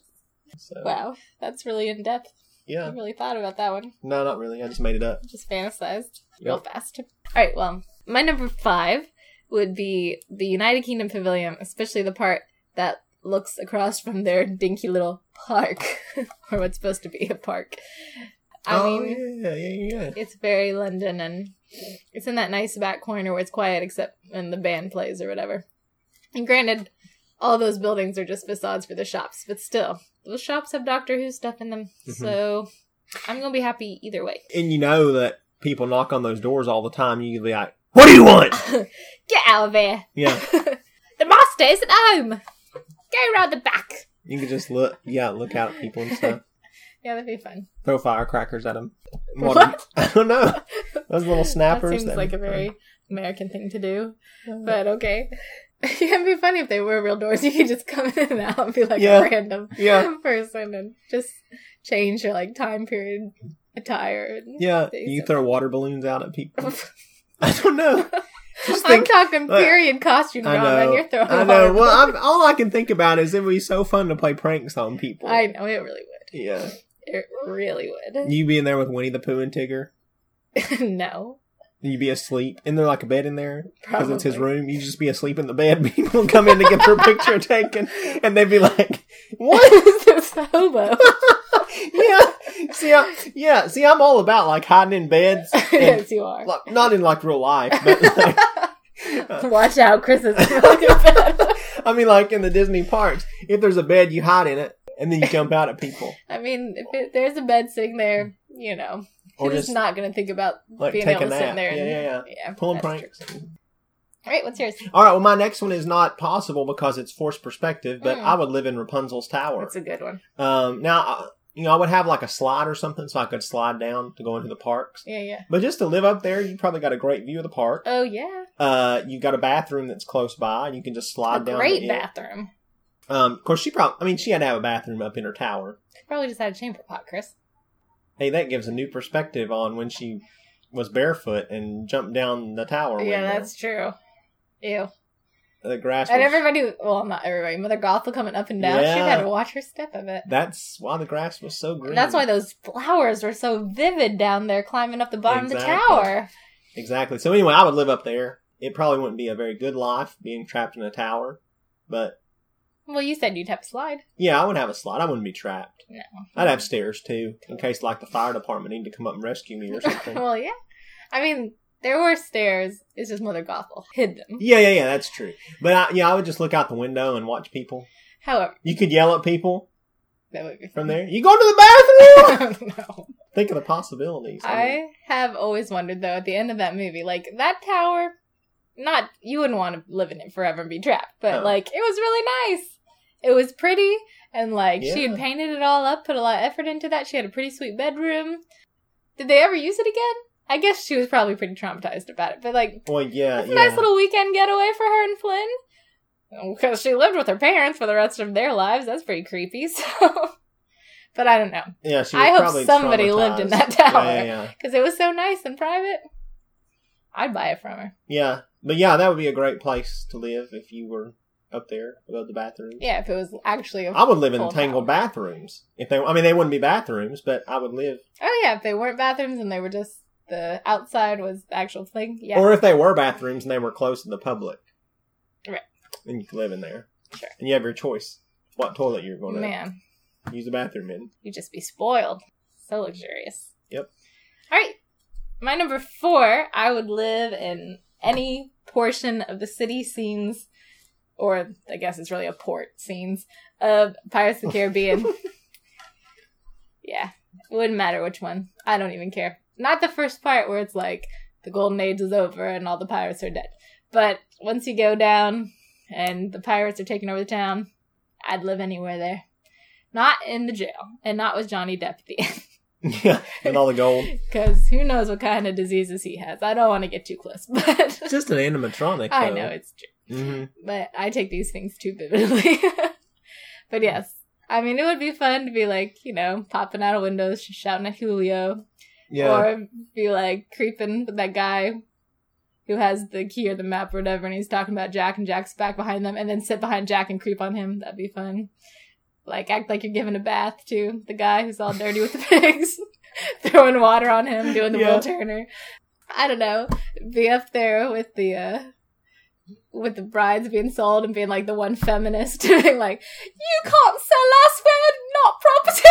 A: So,
C: Wow, that's really in depth. I
A: Yeah,
C: really thought about that one.
A: no, not really. I just made it up.
C: Just fantasized real fast. All right. Well, my number five would be the United Kingdom Pavilion, especially the part that looks across from their dinky little park, or what's supposed to be a park. I
A: oh
C: mean,
A: yeah, yeah, yeah.
C: It's very London and it's in that nice back corner where it's quiet except when the band plays or whatever. And granted, all those buildings are just facades for the shops, but still, those shops have Doctor Who stuff in them.
A: Mhm.
C: So I'm going to be happy either way.
A: And you know that people knock on those doors all the time. You could be like, "What do you want?"
C: Get out of there!
A: Yeah,
C: The master is at home! Go round the back!
A: you could just look. Yeah, look out at people and stuff.
C: Yeah, that'd be fun.
A: Throw firecrackers at them.
C: What?
A: I don't know. Those little
C: That
A: snappers.
C: seems
A: that'd
C: like
A: be
C: a
A: fun.
C: very American thing to do, but okay. It'd be funny if they were real doors. You could just come in and out and be like
A: Yeah.
C: a random
A: yeah,
C: person and just change your like time period attire. and-
A: yeah.
C: They
A: You
C: said-
A: throw water balloons out at people. I don't know. Just
C: I'm
A: think.
C: talking
A: look,
C: period costume
A: I
C: drama.
A: know.
C: and You're throwing.
A: I
C: all
A: know.
C: of
A: Well,
C: them.
A: I'm, all I can think about is it would be so fun to play pranks on people.
C: I know it really would.
A: yeah.
C: It really would.
A: You be in there with Winnie the Pooh and Tigger.
C: no,
A: and You be asleep. Isn't there like a bed in there? Because
C: probably
A: it's his room. You just be asleep in the bed. People come in to get their picture taken. And they'd be like, what?
C: What is this hobo?
A: Yeah. See, I, yeah. See, I'm all about like hiding in beds. And,
C: yes, you are.
A: like, not in like real life, but like,
C: Watch out, Chris is really bad.
A: I mean, like in the Disney parks, if there's a bed, you hide in it and then you jump out at people.
C: I mean, if it, there's a bed sitting there, you know,
A: Or
C: you're just,
A: just
C: not gonna think about
A: like
C: being
A: take
C: able
A: a
C: to sit
A: nap.
C: there.
A: yeah,
C: And,
A: yeah, yeah. Pulling
C: that's true.
A: pranks.
C: All right, what's yours?
A: All right. Well, my next one is not possible because it's forced perspective, but
C: Mm.
A: I would live in Rapunzel's tower.
C: That's a good one.
A: Um, now, I- you know, I would have like a slide or something so I could slide down to go into the parks.
C: Yeah, yeah.
A: But just to live up there, you probably got a great view of the park.
C: Oh yeah,
A: Uh, you got a bathroom that's close by, and you can just slide
C: a
A: down.
C: great
A: to it.
C: bathroom.
A: Um, of course, she probably—I mean, she had to have a bathroom up in her tower.
C: Probably just had a chamber pot, Chris.
A: Hey, that gives a new perspective on when she was barefoot and jumped down the tower.
C: yeah,
A: window.
C: that's true. Ew.
A: the grass.
C: And
A: was-
C: everybody, well, not everybody, Mother Gothel coming up and down. She
A: Yeah.
C: had to watch her step of it.
A: that's why the grass was so green.
C: And that's why those flowers were so vivid down there climbing up the bottom of the
A: Exactly.
C: tower.
A: Exactly. So anyway, I would live up there. It probably wouldn't be a very good life being trapped in a tower, but
C: Well, you said you'd have to slide.
A: yeah, I would have a slot. I wouldn't be trapped.
C: No.
A: I'd have stairs too, in case like the fire department need to come up and rescue me or something.
C: well, yeah. I mean, there were stairs. It's just Mother Gothel hid them.
A: yeah, yeah, yeah. That's true. But I, yeah, I would just look out the window and watch people.
C: However,
A: You could yell at people
C: that would be
A: from
C: fun.
A: there. You going to the bathroom?
C: no.
A: Think of the possibilities. mean,
C: I have always wondered though at the end of that movie, like that tower, not you wouldn't want to live in it forever and be trapped, but
A: Oh.
C: like it was really nice. It was pretty and like she
A: Yeah.
C: had painted it all up, put a lot of effort into that. She had a pretty sweet bedroom. Did they ever use it again? I guess she was probably pretty traumatized about it, but like
A: well, yeah,
C: it's a
A: yeah.
C: nice little weekend getaway for her and Flynn. Because she lived with her parents for the rest of their lives. That's pretty creepy. So, but I don't know
A: yeah. She was
C: I hope
A: probably
C: somebody lived in
A: traumatized.
C: that tower.
A: Yeah, yeah, yeah,
C: because it was so nice and private. I'd buy it from her.
A: yeah. But yeah, that would be a great place to live if you were up there above the bathrooms.
C: Yeah, if it was actually. A-
A: I would live in
C: Full
A: tangled bathrooms. If they, I mean, they wouldn't be bathrooms, but I would live.
C: oh yeah, if they weren't bathrooms and they were just the outside was the actual thing. Yeah,
A: Or if they were bathrooms and they were closed to the public,
C: Right.
A: Then you could live in there,
C: Sure.
A: and you have your choice what toilet you're going to
C: man,
A: use the bathroom in.
C: you'd just be spoiled. So luxurious.
A: Yep.
C: All right, my number four. I would live in any portion of the city scenes, or I guess it's really a port scenes of Pirates of the Caribbean. yeah, it wouldn't matter which one. I don't even care. Not the first part where it's like the golden age is over and all the pirates are dead. But once you go down and the pirates are taking over the town, I'd live anywhere there. Not in the jail and not with Johnny Depp at the end.
A: Yeah, with all the gold.
C: Because who knows what kind of diseases he has. I don't want to get too close, but
A: It's just an animatronic.
C: I
A: though.
C: know it's true.
A: Mhm.
C: But I take these things too vividly. but yes, I mean, it would be fun to be like, you know, popping out of windows, sh- shouting at Julio,
A: Yeah.
C: or be like creeping with that guy who has the key or the map or whatever, and he's talking about Jack, and Jack's back behind them, and then sit behind Jack and creep on him. That'd be fun. Like act like you're giving a bath to the guy who's all dirty with the pigs, throwing water on him, doing the
A: Yeah.
C: Will Turner. I don't know. Be up there with the uh with the brides being sold and being like the one feminist doing like, you can't sell us, we're not property.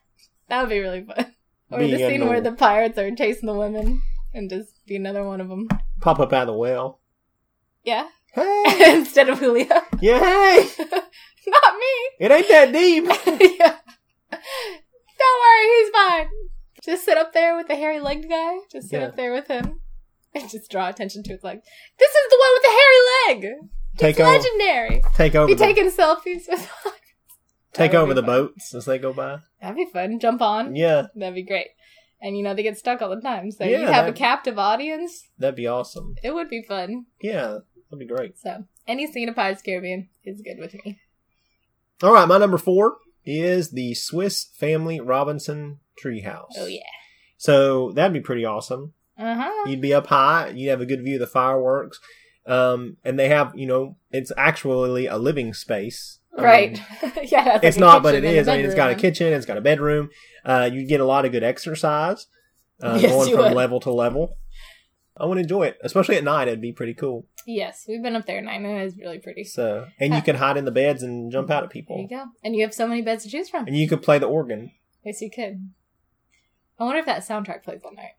C: that would be really fun. Or
A: Being
C: the
A: in
C: scene
A: the-
C: where the pirates are chasing the women and just be another one of them.
A: Pop up out of the well.
C: Yeah.
A: Hey,
C: Instead of Julio.
A: yeah, hey,
C: Not me.
A: it ain't that deep.
C: yeah. Don't worry, he's fine. Just sit up there with the hairy legged guy. Just sit
A: Yeah.
C: up there with him. And just draw attention to his leg. This is the one with the hairy leg.
A: Take
C: It's
A: over,
C: legendary.
A: take over,
C: Be
A: the,
C: taking selfies with
A: take
C: That would
A: over
C: be
A: the
C: fun.
A: boats as they go by.
C: That'd be fun. Jump on.
A: Yeah,
C: That'd be great. And you know they get stuck all the time, so you
A: Yeah,
C: have a
A: that'd-
C: captive audience.
A: that'd be awesome.
C: It would be fun.
A: Yeah, that'd be great.
C: So any scene of Pirates of the Caribbean is good with me.
A: All right, my number four is the Swiss Family Robinson treehouse.
C: Oh yeah.
A: So that'd be pretty awesome.
C: Uh huh.
A: You'd be up high. You'd have a good view of the fireworks. Um, and they have, you know, it's actually a living space. I mean,
C: Right. yeah. that's like
A: it's
C: a
A: not, but it
C: kitchen and
A: is. I mean, it's got a
C: bedroom.
A: kitchen. It's got a bedroom. Uh, you'd get a lot of good exercise uh,
C: Yes,
A: going
C: you
A: from
C: would.
A: level to level. I would enjoy it, especially at night. It'd be pretty cool.
C: Yes, we've been up there at night, and it is really pretty.
A: So, and you can hide in the beds and jump out at
C: there you
A: people,
C: go. And you have so many beds to choose from.
A: and you could play the organ.
C: Yes, you could. I wonder if that soundtrack plays all night.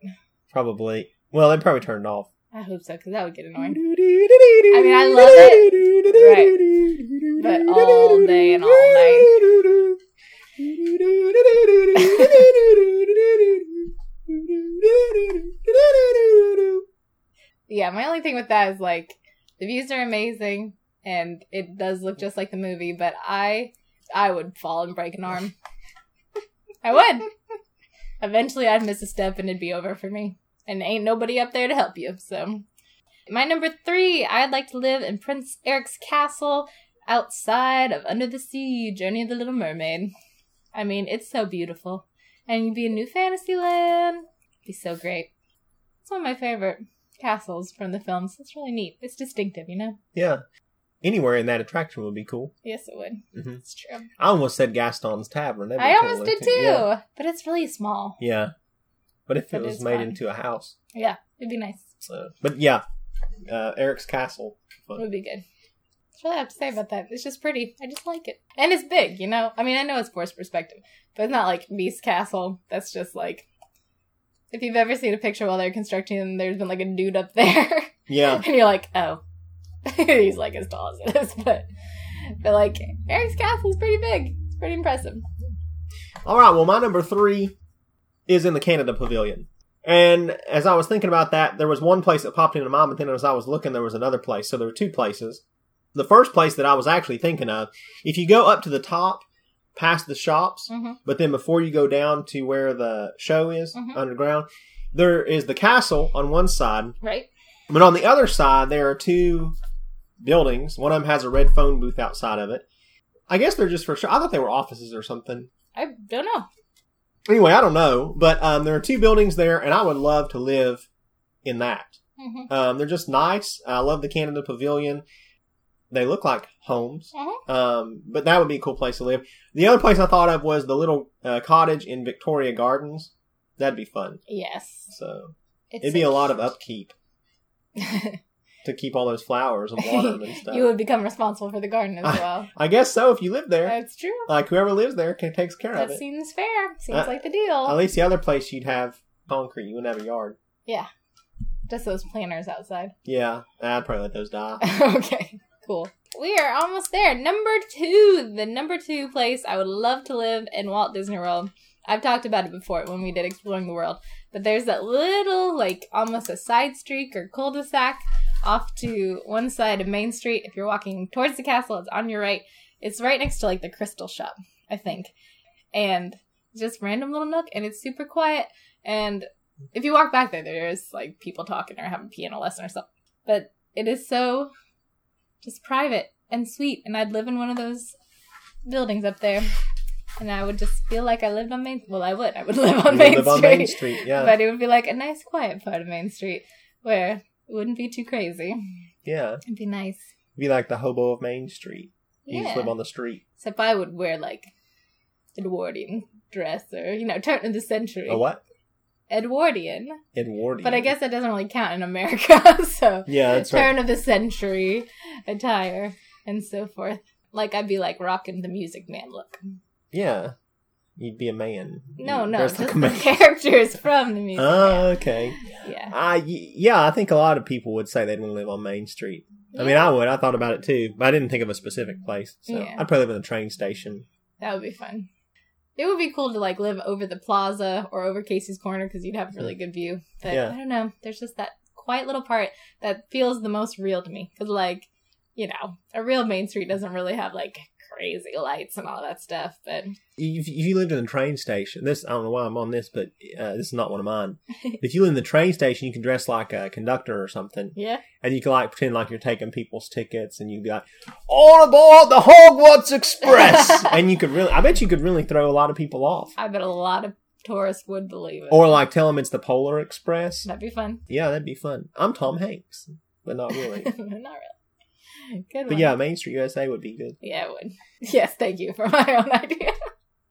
A: Probably. Well, they probably turned it off.
C: I hope so, because that would get
A: I
C: annoying.
A: mean,
C: I love
A: it.
C: But all day and all night. Yeah, my only thing with that is like the views are amazing, and it does look just like the movie. But I, I would fall and break an arm. I would. Eventually, I'd miss a step, and it'd be over for me. And ain't nobody up there to help you. So, my number three, I'd like to live in Prince Eric's castle outside of Under the Sea, Journey of the Little Mermaid. I mean, it's so beautiful, and you'd be in New Fantasyland. It'd be so great. It's one of my favorite castles from the films. It's really neat. It's distinctive, you know?
A: Yeah. Anywhere in that attraction would be cool.
C: Yes, it would.
A: Mhm.
C: It's true.
A: I almost said Gaston's Tavern. That'd be
C: I
A: cool
C: almost did
A: looking.
C: too,
A: Yeah.
C: but it's really small.
A: Yeah. But if
C: That
A: it was
C: is
A: made
C: fun.
A: into a house.
C: Yeah, it'd be nice.
A: So. But yeah, uh, Eric's Castle.
C: It would be good. That's all I have to say about that. It's just pretty. I just like it. And it's big, you know? I mean, I know it's forced perspective, but it's not like Beast Castle. That's just like. If you've ever seen a picture while they're constructing them, there's been like a dude up there.
A: Yeah.
C: and you're like, oh. He's like as tall as it is, but. But like, Eric's Castle's pretty big. It's pretty impressive.
A: All right. Well, my number three is in the Canada Pavilion. And as I was thinking about that, there was one place that popped into my mind, but then as I was looking, there was another place. So there were two places. The first place that I was actually thinking of, if you go up to the top, past the shops,
C: Mhm.
A: but then before you go down to where the show is
C: Mhm.
A: underground, there is the castle on one side,
C: Right?
A: but on the other side, there are two buildings. One of them has a red phone booth outside of it. I guess they're just for show. I thought they were offices or something
C: I don't know.
A: anyway, I don't know, but um, there are two buildings there, and I would love to live in that.
C: hmm
A: Um, they're just nice. I love the Canada Pavilion. They look like homes,
C: Uh-huh.
A: um, but that would be a cool place to live. The other place I thought of was the little uh, cottage in Victoria Gardens. That'd be fun.
C: Yes.
A: So
C: It's
A: it'd be a lot of upkeep to keep all those flowers and water 'em and stuff.
C: you would become responsible for the garden as well.
A: I guess so. If you live there,
C: That's true.
A: like whoever lives there can takes care of
C: That
A: it.
C: seems fair. Seems
A: Uh,
C: like the
A: At
C: deal.
A: least the other place you'd have concrete. You wouldn't have a yard.
C: Just those planners outside.
A: Yeah, I'd probably let those die.
C: okay, cool. We are almost there. Number two, the number two place I would love to live in Walt Disney World. I've talked about it before when we did exploring the world, but there's that little, like, almost a side street or cul-de-sac off to one side of Main Street. If you're walking towards the castle, it's on your right. It's right next to like the crystal shop, I think, and just random little nook, and it's super quiet. And if you walk back there, there's like people talking or having piano lesson or something. But it is so just private and sweet, and I'd live in one of those buildings up there, and I would just feel like I lived on Main. Well, I would. I would live on,
A: You
C: Main,
A: live
C: Street.
A: on Main Street, yeah.
C: But it would be like a nice, quiet part of Main Street where it wouldn't be too crazy.
A: Yeah,
C: It'd be nice.
A: be like the hobo of Main Street. You
C: Yeah.
A: just live on the street.
C: Except I would wear like Edwardian dress or you know turn of the century.
A: A what?
C: Edwardian,
A: Edwardian.
C: but I guess that doesn't really count in America. so
A: Yeah, that's right.
C: turn of the century attire and so forth. Like I'd be like rocking the Music Man look.
A: Yeah, you'd be a man.
C: No,
A: You'd
C: no,
A: dress
C: just
A: like a
C: the
A: man.
C: characters from the Music
A: Oh,
C: Man.
A: okay.
C: Yeah.
A: I y- yeah, I think a lot of people would say they'd want to live on Main Street. I mean, I would. I thought about it too, but I didn't think of a specific place. So
C: Yeah.
A: I'd probably live in a train station.
C: That would be fun. It would be cool to like live over the plaza or over Casey's Corner because you'd have a really good view. But
A: Yeah.
C: I don't know. There's just that quiet little part that feels the most real to me because, like, you know, a real Main Street doesn't really have like crazy lights and all that stuff. But
A: If, if you lived in a train station, this I don't know why I'm on this, but uh, this is not one of mine. if you live in the train station, you can dress like a conductor or something.
C: yeah,
A: and you can like pretend like you're taking people's tickets and you'd be like all aboard the hogwarts express and you could really i bet you could really throw a lot of people off
C: I bet a lot of tourists would believe it.
A: or like tell them it's the polar express
C: that'd be fun.
A: yeah that'd be fun i'm tom hanks but not really
C: Not really. Good
A: but
C: one.
A: yeah main street usa would be good
C: Yeah, it would. Yes, thank you for my own idea.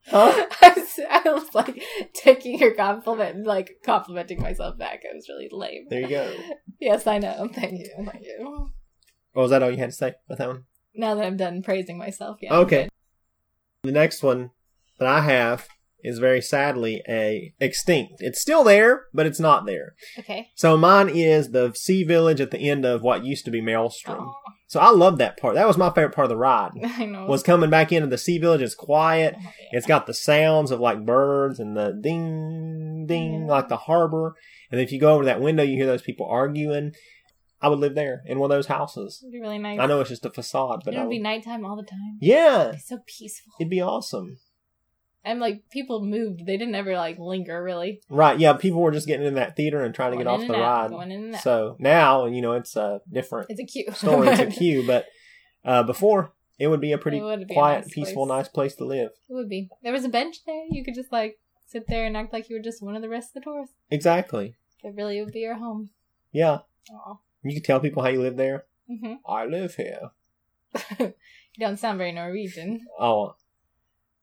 A: huh
C: I was, I was like taking your compliment, like complimenting myself back. It was really lame.
A: there you go
C: Yes, I know. Thank you. Thank you.
A: well was that all you had to say about that one
C: Now that I'm done praising myself, yeah.
A: okay the next one that i have is very sadly a extinct it's still there but it's not there
C: Okay.
A: So mine is the sea village at the end of what used to be Maelstrom.
C: Oh,
A: So I love that part. That was my favorite part of the ride.
C: I know.
A: Was coming back into the sea village. It's quiet.
C: Oh, yeah.
A: It's got the sounds of like birds and the ding ding
C: Yeah.
A: like the harbor. And if you go over that window, you hear those people arguing. I would live there in one of those houses.
C: It'd be really nice.
A: I know it's just a facade, but
C: It
A: I
C: would be
A: would-
C: nighttime all the time.
A: yeah,
C: It's so peaceful.
A: it'd be awesome.
C: And like people moved. They didn't ever like linger really.
A: Right? Yeah, people were just getting in that theater and trying to get
C: Going
A: off
C: in
A: the
C: and out,
A: ride.
C: going in and out.
A: So now you know it's uh, different.
C: It's a cute
A: story to
C: but
A: queue, but uh, before it would be a pretty
C: It would be a
A: quiet,
C: nice
A: peaceful,
C: place.
A: nice place to live.
C: It would be. There was a bench there. You could just like sit there and act like you were just one of the rest of the tourists.
A: Exactly.
C: That really would be your home.
A: Yeah.
C: Aw.
A: You can tell people how you live there.
C: hmm
A: I live here.
C: You don't sound very Norwegian.
A: Oh,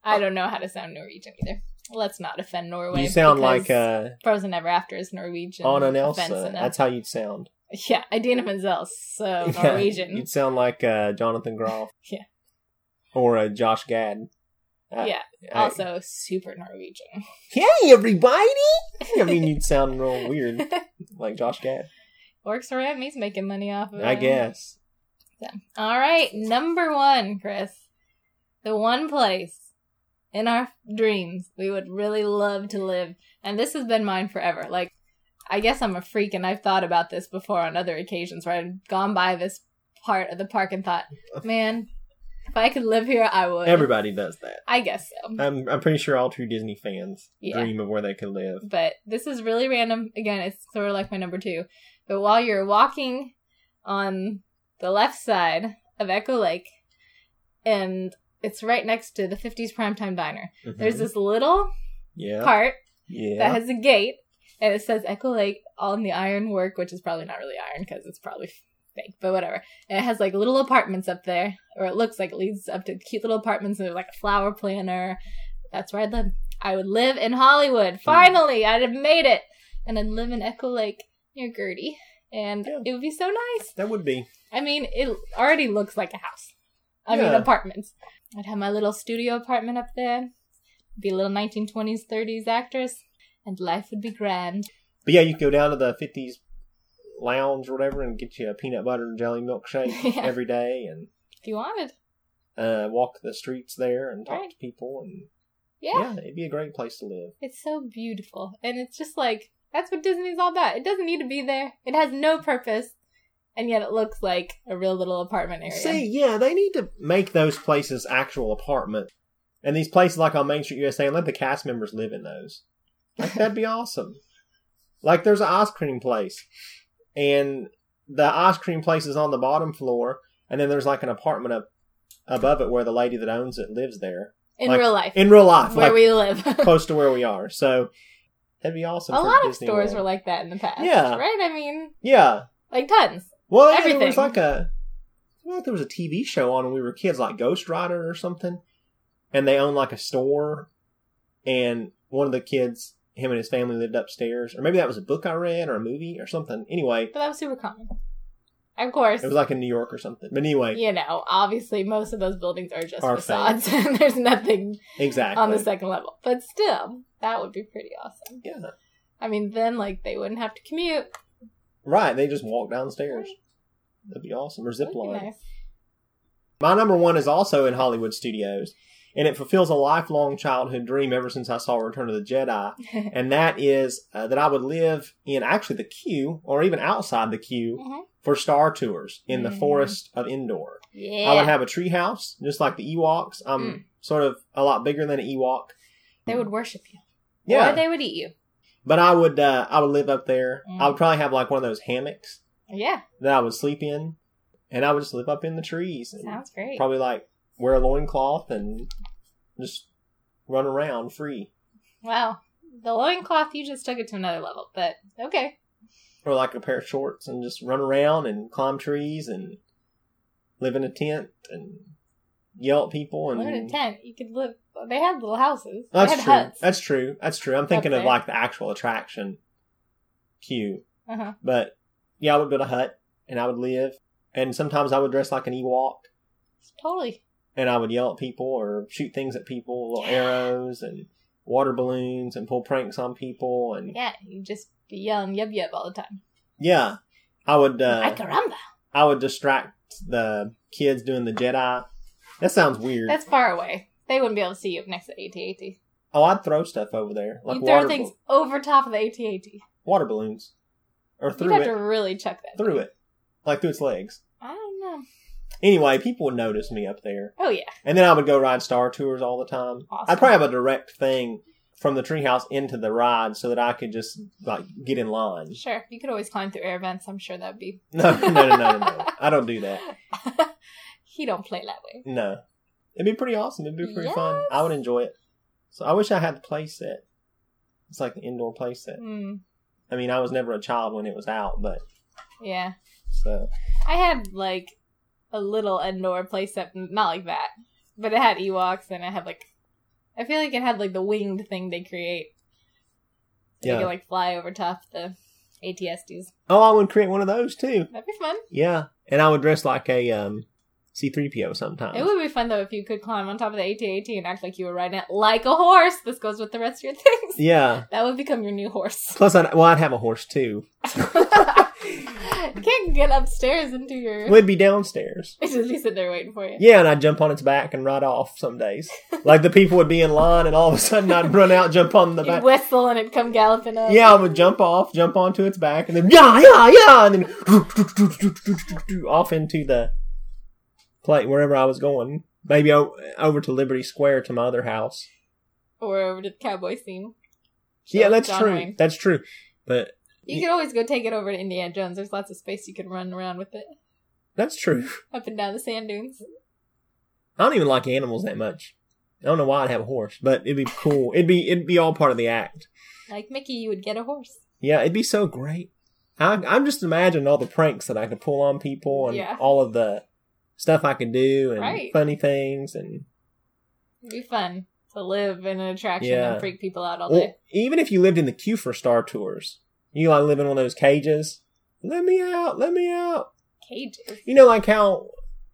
C: I don't know how to sound Norwegian either. Let's not offend Norway.
A: you sound
C: because
A: like uh,
C: Frozen Ever After is Norwegian.
A: Anna
C: offense
A: Nelson.
C: enough.
A: That's how you'd sound.
C: Yeah, Idina Menzel, so
A: Yeah,
C: Norwegian.
A: You'd sound like uh, Jonathan Groff.
C: Yeah.
A: Or uh, Josh Gad. I-
C: yeah,
A: I-
C: also super Norwegian.
A: hey, everybody! I mean, you'd sound real weird, like Josh Gad.
C: Works for him. He's making money off of it.
A: I guess.
C: All right, number one, Chris. The one place in our dreams we would really love to live. And this has been mine forever. Like, I guess I'm a freak and I've thought about this before on other occasions where I've gone by this part of the park and thought, man, if I could live here, I would.
A: Everybody does that.
C: I guess so.
A: I'm, I'm pretty sure all true Disney fans
C: Yeah.
A: dream of where they could live.
C: but this is really random. Again, it's sort of like my number two. But while you're walking on the left side of Echo Lake, and it's right next to the 50s Primetime Diner, there's
A: Mhm.
C: this little
A: yeah,
C: part
A: yeah.
C: that has a gate, and it says Echo Lake on the iron work, which is probably not really iron because it's probably fake, but whatever. And it has like little apartments up there, or it looks like it leads up to cute little apartments, and there's like a flower planter. That's where I'd live. I would live in
A: Hmm.
C: Hollywood. Finally, I'd have made it, and I'd live in Echo Lake near Gertie, and
A: Yeah.
C: it would be so nice.
A: that would be.
C: I mean, it already looks like a house. I mean,
A: Yeah.
C: apartments. I'd have my little studio apartment up there. Be a little 1920s, 30s actress, and life would be grand.
A: But yeah, you could go down to the 50s lounge or whatever and get you a peanut butter and jelly milkshake
C: Yeah.
A: every day and
C: If you wanted.
A: uh, walk the streets there and talk
C: Right.
A: to people. And
C: Yeah.
A: yeah, it'd be a great place to live.
C: It's so beautiful. And it's just like, that's what Disney's all about. It doesn't need to be there, it has no purpose, and yet it looks like a real little apartment area.
A: See, yeah, they need to make those places actual apartments. And these places like on Main Street USA, and let the cast members live in those. Like that'd be awesome. Like there's an ice cream place, and the ice cream place is on the bottom floor, and then there's like an apartment up above it where the lady that owns it lives there
C: in
A: like,
C: real life,
A: in real life,
C: where
A: like
C: we live.
A: close to where we are. So that'd be awesome.
C: a
A: for
C: lot of
A: Disney
C: stores
A: World.
C: were like that in the past.
A: Yeah.
C: Right? I mean,
A: yeah,
C: like tons.
A: Well, yeah, there was
C: Everything.
A: like a, I feel like there was a TV show on when we were kids, like Ghost Rider or something, and they owned like a store, and one of the kids, him and his family lived upstairs, or maybe that was a book I read or a movie or something. Anyway,
C: But that was super common. Of course.
A: it was like in New York or something. But anyway,
C: you know, obviously most of those buildings are just
A: Are fake.
C: facades and there's nothing
A: exactly.
C: on the second level. But still, that would be pretty awesome.
A: yeah,
C: I mean, then like they wouldn't have to commute.
A: right. They just walk downstairs. That'd be awesome. Or zip
C: That'd be
A: line.
C: nice.
A: My number one is also in Hollywood Studios, and it fulfills a lifelong childhood dream ever since I saw Return of the Jedi, and that is uh, that I would live in actually the queue or even outside the queue
C: Mhm.
A: for Star Tours in the
C: Mhm.
A: forest of Endor.
C: Yeah. Mm.
A: I would have a tree house, just like the Ewoks. I'm sort of a lot bigger than an Ewok.
C: they would worship you.
A: Yeah,
C: Or they would eat you.
A: but I would uh, I would live up there.
C: Mm.
A: I would probably have like one of those hammocks
C: Yeah.
A: that I would sleep in, and I would just live up in the trees. and-
C: Sounds great.
A: probably like wear a loincloth and just run around free
C: Wow. The loincloth, you just took it to another level, but okay.
A: or like a pair of shorts and just run around and climb trees and live in a tent and yell at people and
C: Live in a tent. You could live. They had little houses. They
A: that's
C: had
A: true
C: huts.
A: that's true that's true i'm thinking of
C: there.
A: like the actual attraction queue
C: Uh-huh.
A: but yeah i would build a hut and i would live and sometimes i would dress like an ewok
C: Totally.
A: and I would yell at people or shoot things at people, little arrows and water balloons and pull pranks on people and
C: Yeah. You just be yelling yub yub all the time.
A: Yeah, I would.
C: Ay,
A: Uh,
C: caramba.
A: I would distract the kids doing the Jedi. That sounds weird.
C: That's far away. They wouldn't be able to see you up next to the AT-AT.
A: Oh, I'd throw stuff over there, like
C: you throw
A: water,
C: things
A: bal-
C: over top of the AT-AT.
A: water balloons, or
C: You'd
A: through
C: have
A: it,
C: to really chuck that.
A: through it, like through its legs.
C: I don't know.
A: Anyway, people would notice me up there,
C: Oh yeah,
A: and then I would go ride Star Tours all the time.
C: Awesome.
A: I'd probably have a direct thing from the treehouse into the ride so that I could just like get in line.
C: sure. You could always climb through air vents. I'm sure that'd be.
A: No, no, no, no, no, no. I don't do that.
C: he don't play that way.
A: No. It'd be pretty awesome. It'd be pretty
C: Yes.
A: fun. I would enjoy it. So I wish I had the play set. It's like the indoor play set.
C: Hmm.
A: I mean, I was never a child when it was out, but
C: Yeah.
A: so
C: I had like a little indoor playset, not like that, but it had Ewoks, and I had like, I feel like it had like the winged thing they create. So
A: Yeah.
C: You could like fly over top the ATSDs.
A: oh, I would create one of those too.
C: That'd be fun.
A: Yeah, and I would dress like a um, C-3PO sometimes.
C: It would be fun though if you could climb on top of the AT-AT and act like you were riding it like a horse. This goes with the rest of your things.
A: yeah.
C: That would become your new horse.
A: Plus, I'd, well, I'd have a horse too.
C: Can't get upstairs into your.
A: We'd be downstairs.
C: It's just be sitting there waiting for you.
A: Yeah, and I'd jump on its back and ride off some days. Like the people would be in line, and all of a sudden I'd run out, jump on the
C: You'd
A: back.
C: whistle and it'd come galloping up.
A: Yeah, I would jump off, jump onto its back, and then yeah, yeah, yeah, and then off into the play wherever I was going. Maybe o- over to Liberty Square to my other house.
C: Or over to the cowboy scene.
A: Yeah, that's
C: John
A: true.
C: Wayne.
A: That's true. But
C: You could always go take it over to Indiana Jones. There's lots of space you could run around with it
A: that's true.
C: up and down the sand dunes.
A: I don't even like animals that much. I don't know why I'd have a horse, but it'd be cool. It'd be it'd be all part of the act.
C: Like Mickey, you would get a horse.
A: Yeah, it'd be so great. I, I'm just imagining all the pranks that I could pull on people and
C: Yeah.
A: all of the stuff I could do and
C: Right.
A: funny things and
C: It'd be fun to live in an attraction
A: Yeah.
C: and freak people out all
A: Well,
C: day.
A: even if you lived in the queue for Star Tours, you like live in one of those cages. Let me out! Let me out!
C: Cages.
A: You know, like how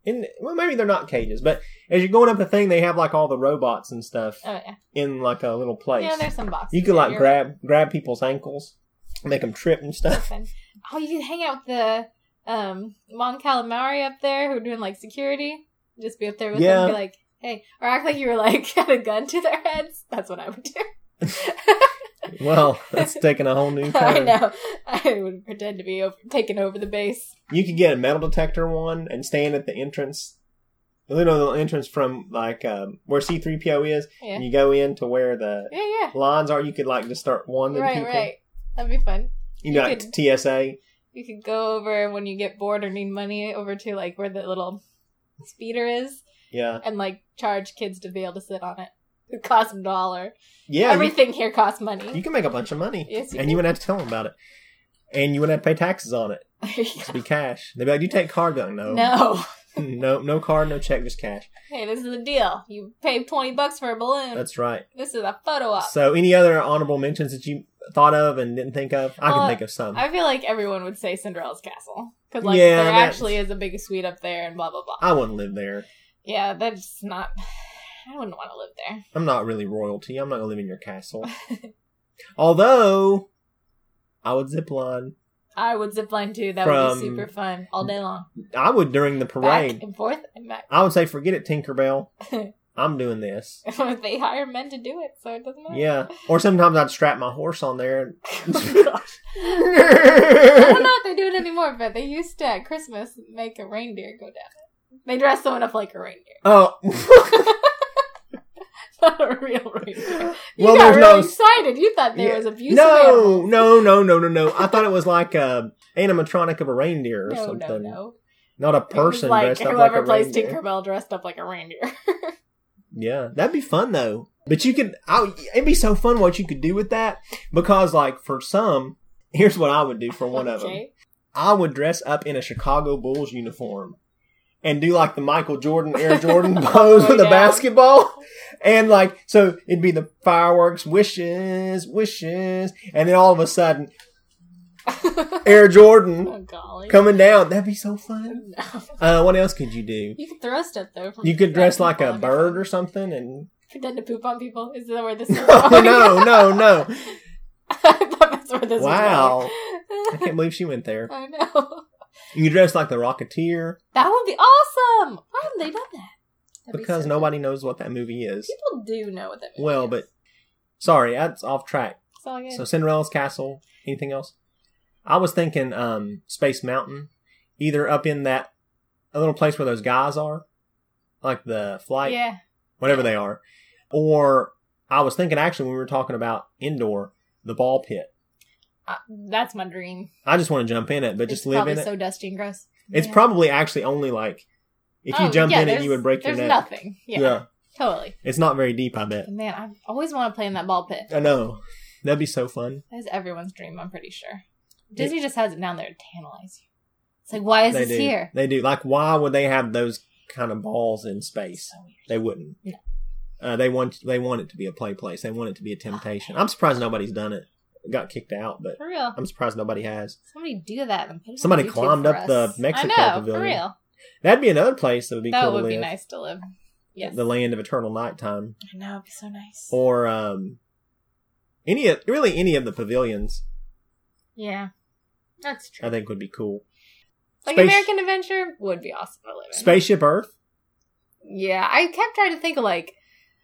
A: in well, maybe they're not cages, but as you're going up the thing, they have like all the robots and stuff
C: Oh yeah.
A: in like a little place.
C: Yeah, there's some boxes.
A: you could
C: there.
A: like
C: You're
A: grab grab people's ankles, make them trip and
C: right.
A: stuff.
C: Fun. Oh, you could hang out with the um Mon Calamari up there who are doing like security. Just be up there with
A: Yeah.
C: them and be like, hey. Or act like you were like had a gun to their heads. That's what I would do.
A: Well, that's taking a whole new
C: I
A: turn.
C: know. I would pretend to be over, taking over the base.
A: You could get a metal detector one and stand at the entrance, the little entrance from like um, where C3PO is,
C: Yeah.
A: and you go in to where the
C: Yeah, yeah.
A: lines are you could like just start wandering
C: Right,
A: people.
C: right. That'd be fun.
A: You know,
C: You
A: like
C: could-
A: TSA.
C: You could go over when you get bored or need money over to like where the little speeder is
A: Yeah.
C: and like charge kids to be able to sit on it. It costs a dollar.
A: Yeah. you-
C: Everything here costs
A: You,
C: money.
A: can make a bunch of money.
C: Yes, you
A: and you wouldn't have to tell them about it. And you wouldn't have to pay taxes on it. It'd be cash. They'd be like, Do you take card? They're Like, no.
C: no.
A: no. No card, no check, just cash.
C: Hey, this is the deal. You pay 20 bucks for a balloon.
A: That's right.
C: this is a photo op.
A: So, any other honorable mentions that you thought of and didn't think of? I
C: Well,
A: can think of some. I,
C: Uh, I feel like everyone would say Cinderella's castle cuz like
A: Yeah,
C: there
A: that's-
C: actually is a big suite up there and blah blah blah.
A: wouldn't live there.
C: yeah, that's not I wouldn't want to live there.
A: I'm not really royalty. I'm not going to live in your castle. Although, I would zip line.
C: I would zipline too. That would be
A: From-
C: super fun all day long.
A: I would during the parade.
C: Back and forth and back.
A: I would say, forget it, Tinkerbell. I'm doing this.
C: they hire men to do it, so it doesn't matter.
A: Yeah. Or sometimes I'd strap my horse on there.
C: I don't
A: And
C: know if they do it anymore, but they used to at Christmas make a reindeer go down it. They dress someone up like a reindeer.
A: oh.
C: Not a real reindeer. You
A: Well,
C: got
A: there's
C: really
A: no-
C: excited. You thought there
A: Yeah.
C: was abuse of
A: no,
C: animals.
A: no, no, no, no, no. I thought it was like a animatronic of a reindeer or
C: No,
A: something.
C: no, no.
A: Not a
C: It was
A: person
C: like
A: dressed up like
C: whoever
A: a
C: plays
A: reindeer.
C: Tinkerbell dressed up like a reindeer.
A: Yeah, that'd be fun though. But you could, I, it'd be so fun what you could do with that because, like, for some, here's what I would do for one of them.
C: Okay.
A: I would dress up in a Chicago Bulls uniform and do like the Michael Jordan, Air Jordan pose with a
C: down.
A: basketball. And like, so it'd be the fireworks, wishes, wishes. And then all of a sudden, Air Jordan
C: Oh, golly.
A: coming down. That'd be so fun.
C: No.
A: Uh, what else could you do?
C: You could throw stuff though. from-
A: You could dress
C: at
A: like
C: people
A: a
C: and
A: bird or something and.
C: pretend to poop on people. Is that where this is
A: Oh,
C: going?
A: no, no, no.
C: I thought that's where this
A: Wow.
C: was
A: I
C: going.
A: can't believe she went there.
C: I know.
A: You could dress like the Rocketeer
C: That would be awesome. Why haven't they done that? That'd be
A: because
C: so-
A: nobody knows what that movie is.
C: people do know what that means.
A: Well, but sorry, that's off track.
C: it's all good.
A: So Cinderella's Castle. Anything else? I was thinking um, Space Mountain, either up in that a little place where those guys are, like the flight,
C: yeah,
A: whatever they are, or I was thinking actually when we were talking about indoor, the ball pit.
C: uh, that's my dream.
A: I just want to jump in it, but just
C: it's
A: live
C: probably
A: in it.
C: so dusty and gross.
A: it's
C: Yeah.
A: probably actually only like if you
C: Oh,
A: jump
C: yeah,
A: in it,
C: there's-
A: you would break your neck.
C: There's nothing. Yeah,
A: yeah,
C: totally.
A: it's not very deep. I bet.
C: Man, I always want to play in that ball pit.
A: I know. That'd be so fun.
C: That is everyone's dream, I'm pretty sure. Disney just has it down there to tantalize you. It's like, why is
A: they
C: this
A: do.
C: here?
A: They do. Like, why would they have those kind of balls in space?
C: So weird.
A: They wouldn't.
C: No.
A: Uh, they want they want it to be a play place. They want it to be a temptation. I'm surprised nobody's done it. It got kicked out, but
C: For real.
A: I'm surprised nobody has.
C: Somebody do that. and put it on
A: Somebody
C: YouTube
A: climbed
C: for
A: up the
C: us.
A: Mexico
C: I know,
A: pavilion.
C: For real.
A: That'd be another place that would be
C: That
A: cool
C: would
A: to
C: be
A: live.
C: nice to live. Yes.
A: The land of eternal nighttime,
C: I know, it'd be so nice.
A: or um, any of, really any of the pavilions,
C: yeah. That's true.
A: I think would be cool.
C: like
A: space-
C: American Adventure would be awesome to live in.
A: Spaceship Earth.
C: Yeah, I kept trying to think of like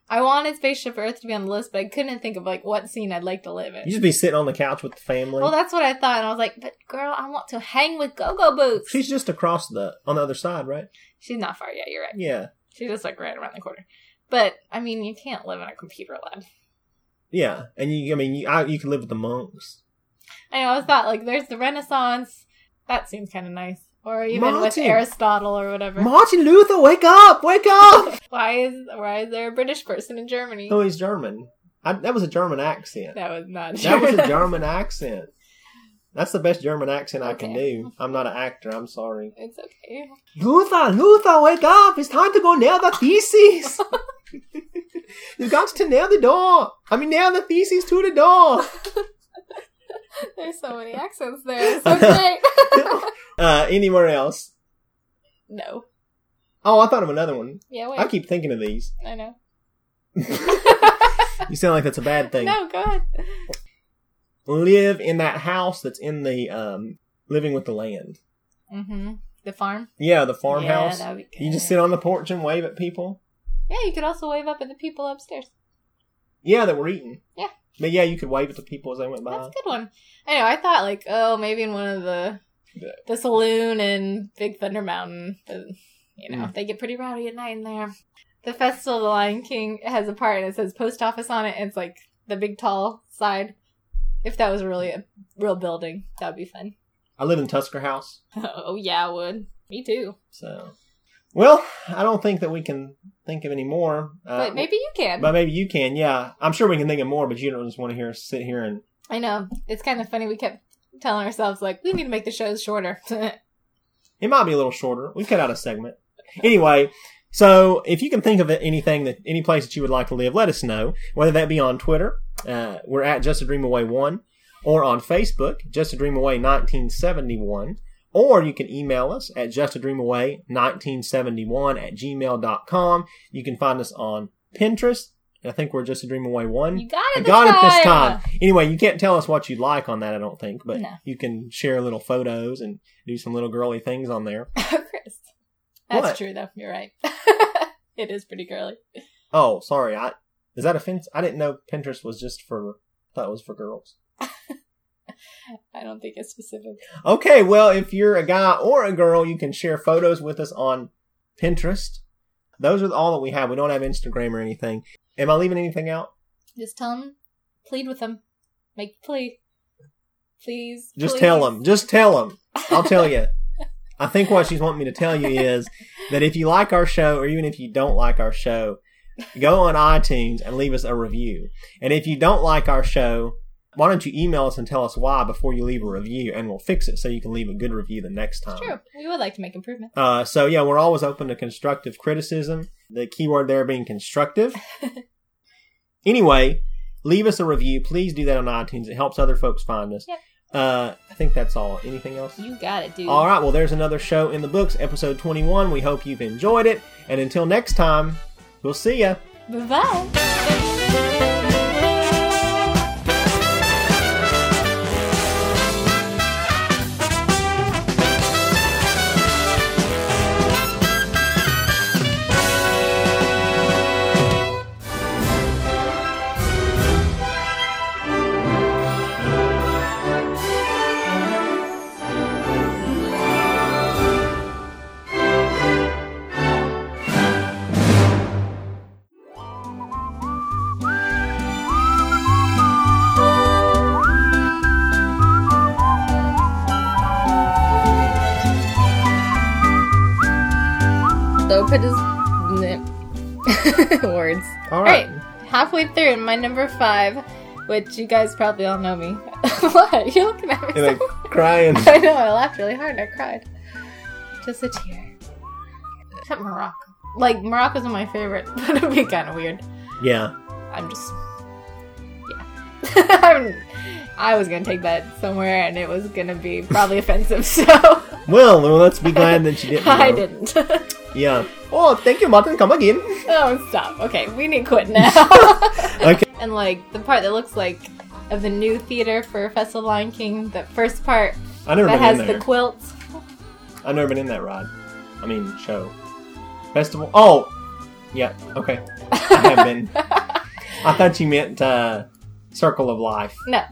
C: I wanted Spaceship Earth to be on the list, but I couldn't think of like what scene I'd like to live
A: You
C: in.
A: just be sitting on the couch with the family.
C: Well, that's what I thought, and I was like, "But girl, I want to hang with Go-Go Boots."
A: She's just across the on the other side, right?
C: She's not far yet. You're right.
A: Yeah,
C: She's just like right around the corner. But I mean, you can't live in a computer lab.
A: yeah. And you, I mean, you, I, you could live with the monks.
C: I know. I thought like, there's the Renaissance. That seems kind of nice. Or even with
A: Martin.
C: Aristotle or whatever.
A: Martin Luther, wake up, wake up!
C: why is why is there a British person in Germany?
A: oh, he's German. I, that was a German accent.
C: That was not.
A: That was a
C: German.
A: German accent. That's the best German accent I can
C: Okay.
A: do. I'm not an actor. I'm sorry.
C: It's okay.
A: Luther, Luther, wake up! It's time to go nail the thesis. you got to nail the door. I mean, nail the thesis to the door.
C: There's so many accents there. It's so great.
A: Uh, anywhere else?
C: no.
A: Oh, I thought of another one.
C: Yeah. Wait.
A: I keep thinking of these.
C: I know.
A: You sound like that's a bad thing.
C: No, go ahead.
A: Live in that house that's in the um, living with the land.
C: Mm-hmm. The farm.
A: Yeah, the farmhouse.
C: Yeah, that'd be good.
A: you just sit on the porch and wave at people.
C: Yeah, you could also wave up at the people upstairs.
A: Yeah, that were eating.
C: Yeah.
A: But yeah, you could wave at the people as they went by.
C: That's a good one. I know. I thought like, oh, maybe in one of the
A: Yeah.
C: the saloon in Big Thunder Mountain. the- you know,
A: Mm.
C: they get pretty rowdy at night in there. The Festival of the Lion King has a part and it says post office on it. And it's like the big tall side. If that was really a real building, that would be fun.
A: I live in Tusker House.
C: oh yeah, I would. Me too.
A: So, well, I don't think that we can think of any more. Uh,
C: but maybe you can.
A: but maybe you can. Yeah, I'm sure we can think of more. But you don't just want to hear us sit here and
C: I know. It's kind of funny. We kept telling ourselves, like, we need to make the shows shorter.
A: it might be a little shorter. We cut out a segment anyway. So, if you can think of anything that any place that you would like to live, let us know. Whether that be on Twitter, uh, we're at Just a Dream Away One, or on Facebook, Just a Dream Away 1971. Or you can email us at justadreamaway1971 at gmail.com. You can find us on Pinterest. I think we're Just a Dream Away 1.
C: you got
A: I
C: it this
A: got
C: time.
A: it this time. Anyway, you can't tell us what you like on that, I don't think, but
C: No.
A: you can share little photos and do some little girly things on there.
C: Oh, Chris. That's
A: What?
C: true, though. You're right. it is pretty girly.
A: Oh, sorry. I is that offense? I didn't know Pinterest was just for. I thought it was for girls.
C: I don't think it's specific.
A: Okay, well, if you're a guy or a girl, you can share photos with us on Pinterest. Those are all that we have. We don't have Instagram or anything. Am I leaving anything out?
C: Just tell them, plead with them, make a plea. Please.
A: Just
C: please.
A: tell them. Just tell them. I'll tell you. I think what she's wanting me to tell you is that if you like our show, or even if you don't like our show, go on iTunes and leave us a review. And if you don't like our show, why don't you email us and tell us why before you leave a review, and we'll fix it so you can leave a good review the next time.
C: True. We would like to make improvements.
A: Uh, so yeah, we're always open to constructive criticism. The keyword there being constructive. anyway, leave us a review. Please do that on iTunes. It helps other folks find us.
C: Yep.
A: Uh, I think that's all. Anything else?
C: You got it, dude.
A: All right. Well, there's another show in the books, episode 21. We hope you've enjoyed it. And until next time, we'll see ya.
C: Bye bye. So put his words.
A: All
C: All right.
A: right.
C: Halfway through, my number five which you guys probably all know me. what? You're looking at me.
A: and
C: so-
A: like crying.
C: I know, I laughed really hard and I cried. Just a tear. Except Morocco. Like, Morocco's one of my favorite, but it'd be kind of weird.
A: Yeah,
C: I'm just. Yeah. I'm, I was gonna take that somewhere and it was gonna be probably offensive, so
A: well, well, let's be glad that you didn't.
C: I
A: though.
C: didn't.
A: Yeah. Oh, thank you, Martin. Come again.
C: oh, stop. Okay, we need to quit now.
A: Okay.
C: and like the part that looks like of the new theater for Festival of Lion King, the first part
A: I never
C: that
A: been
C: has
A: in
C: the
A: there.
C: quilts.
A: I've never been in that ride. I mean, show. Festival. Oh, yeah. Okay. I have been. I thought you meant uh, Circle of Life.
C: No,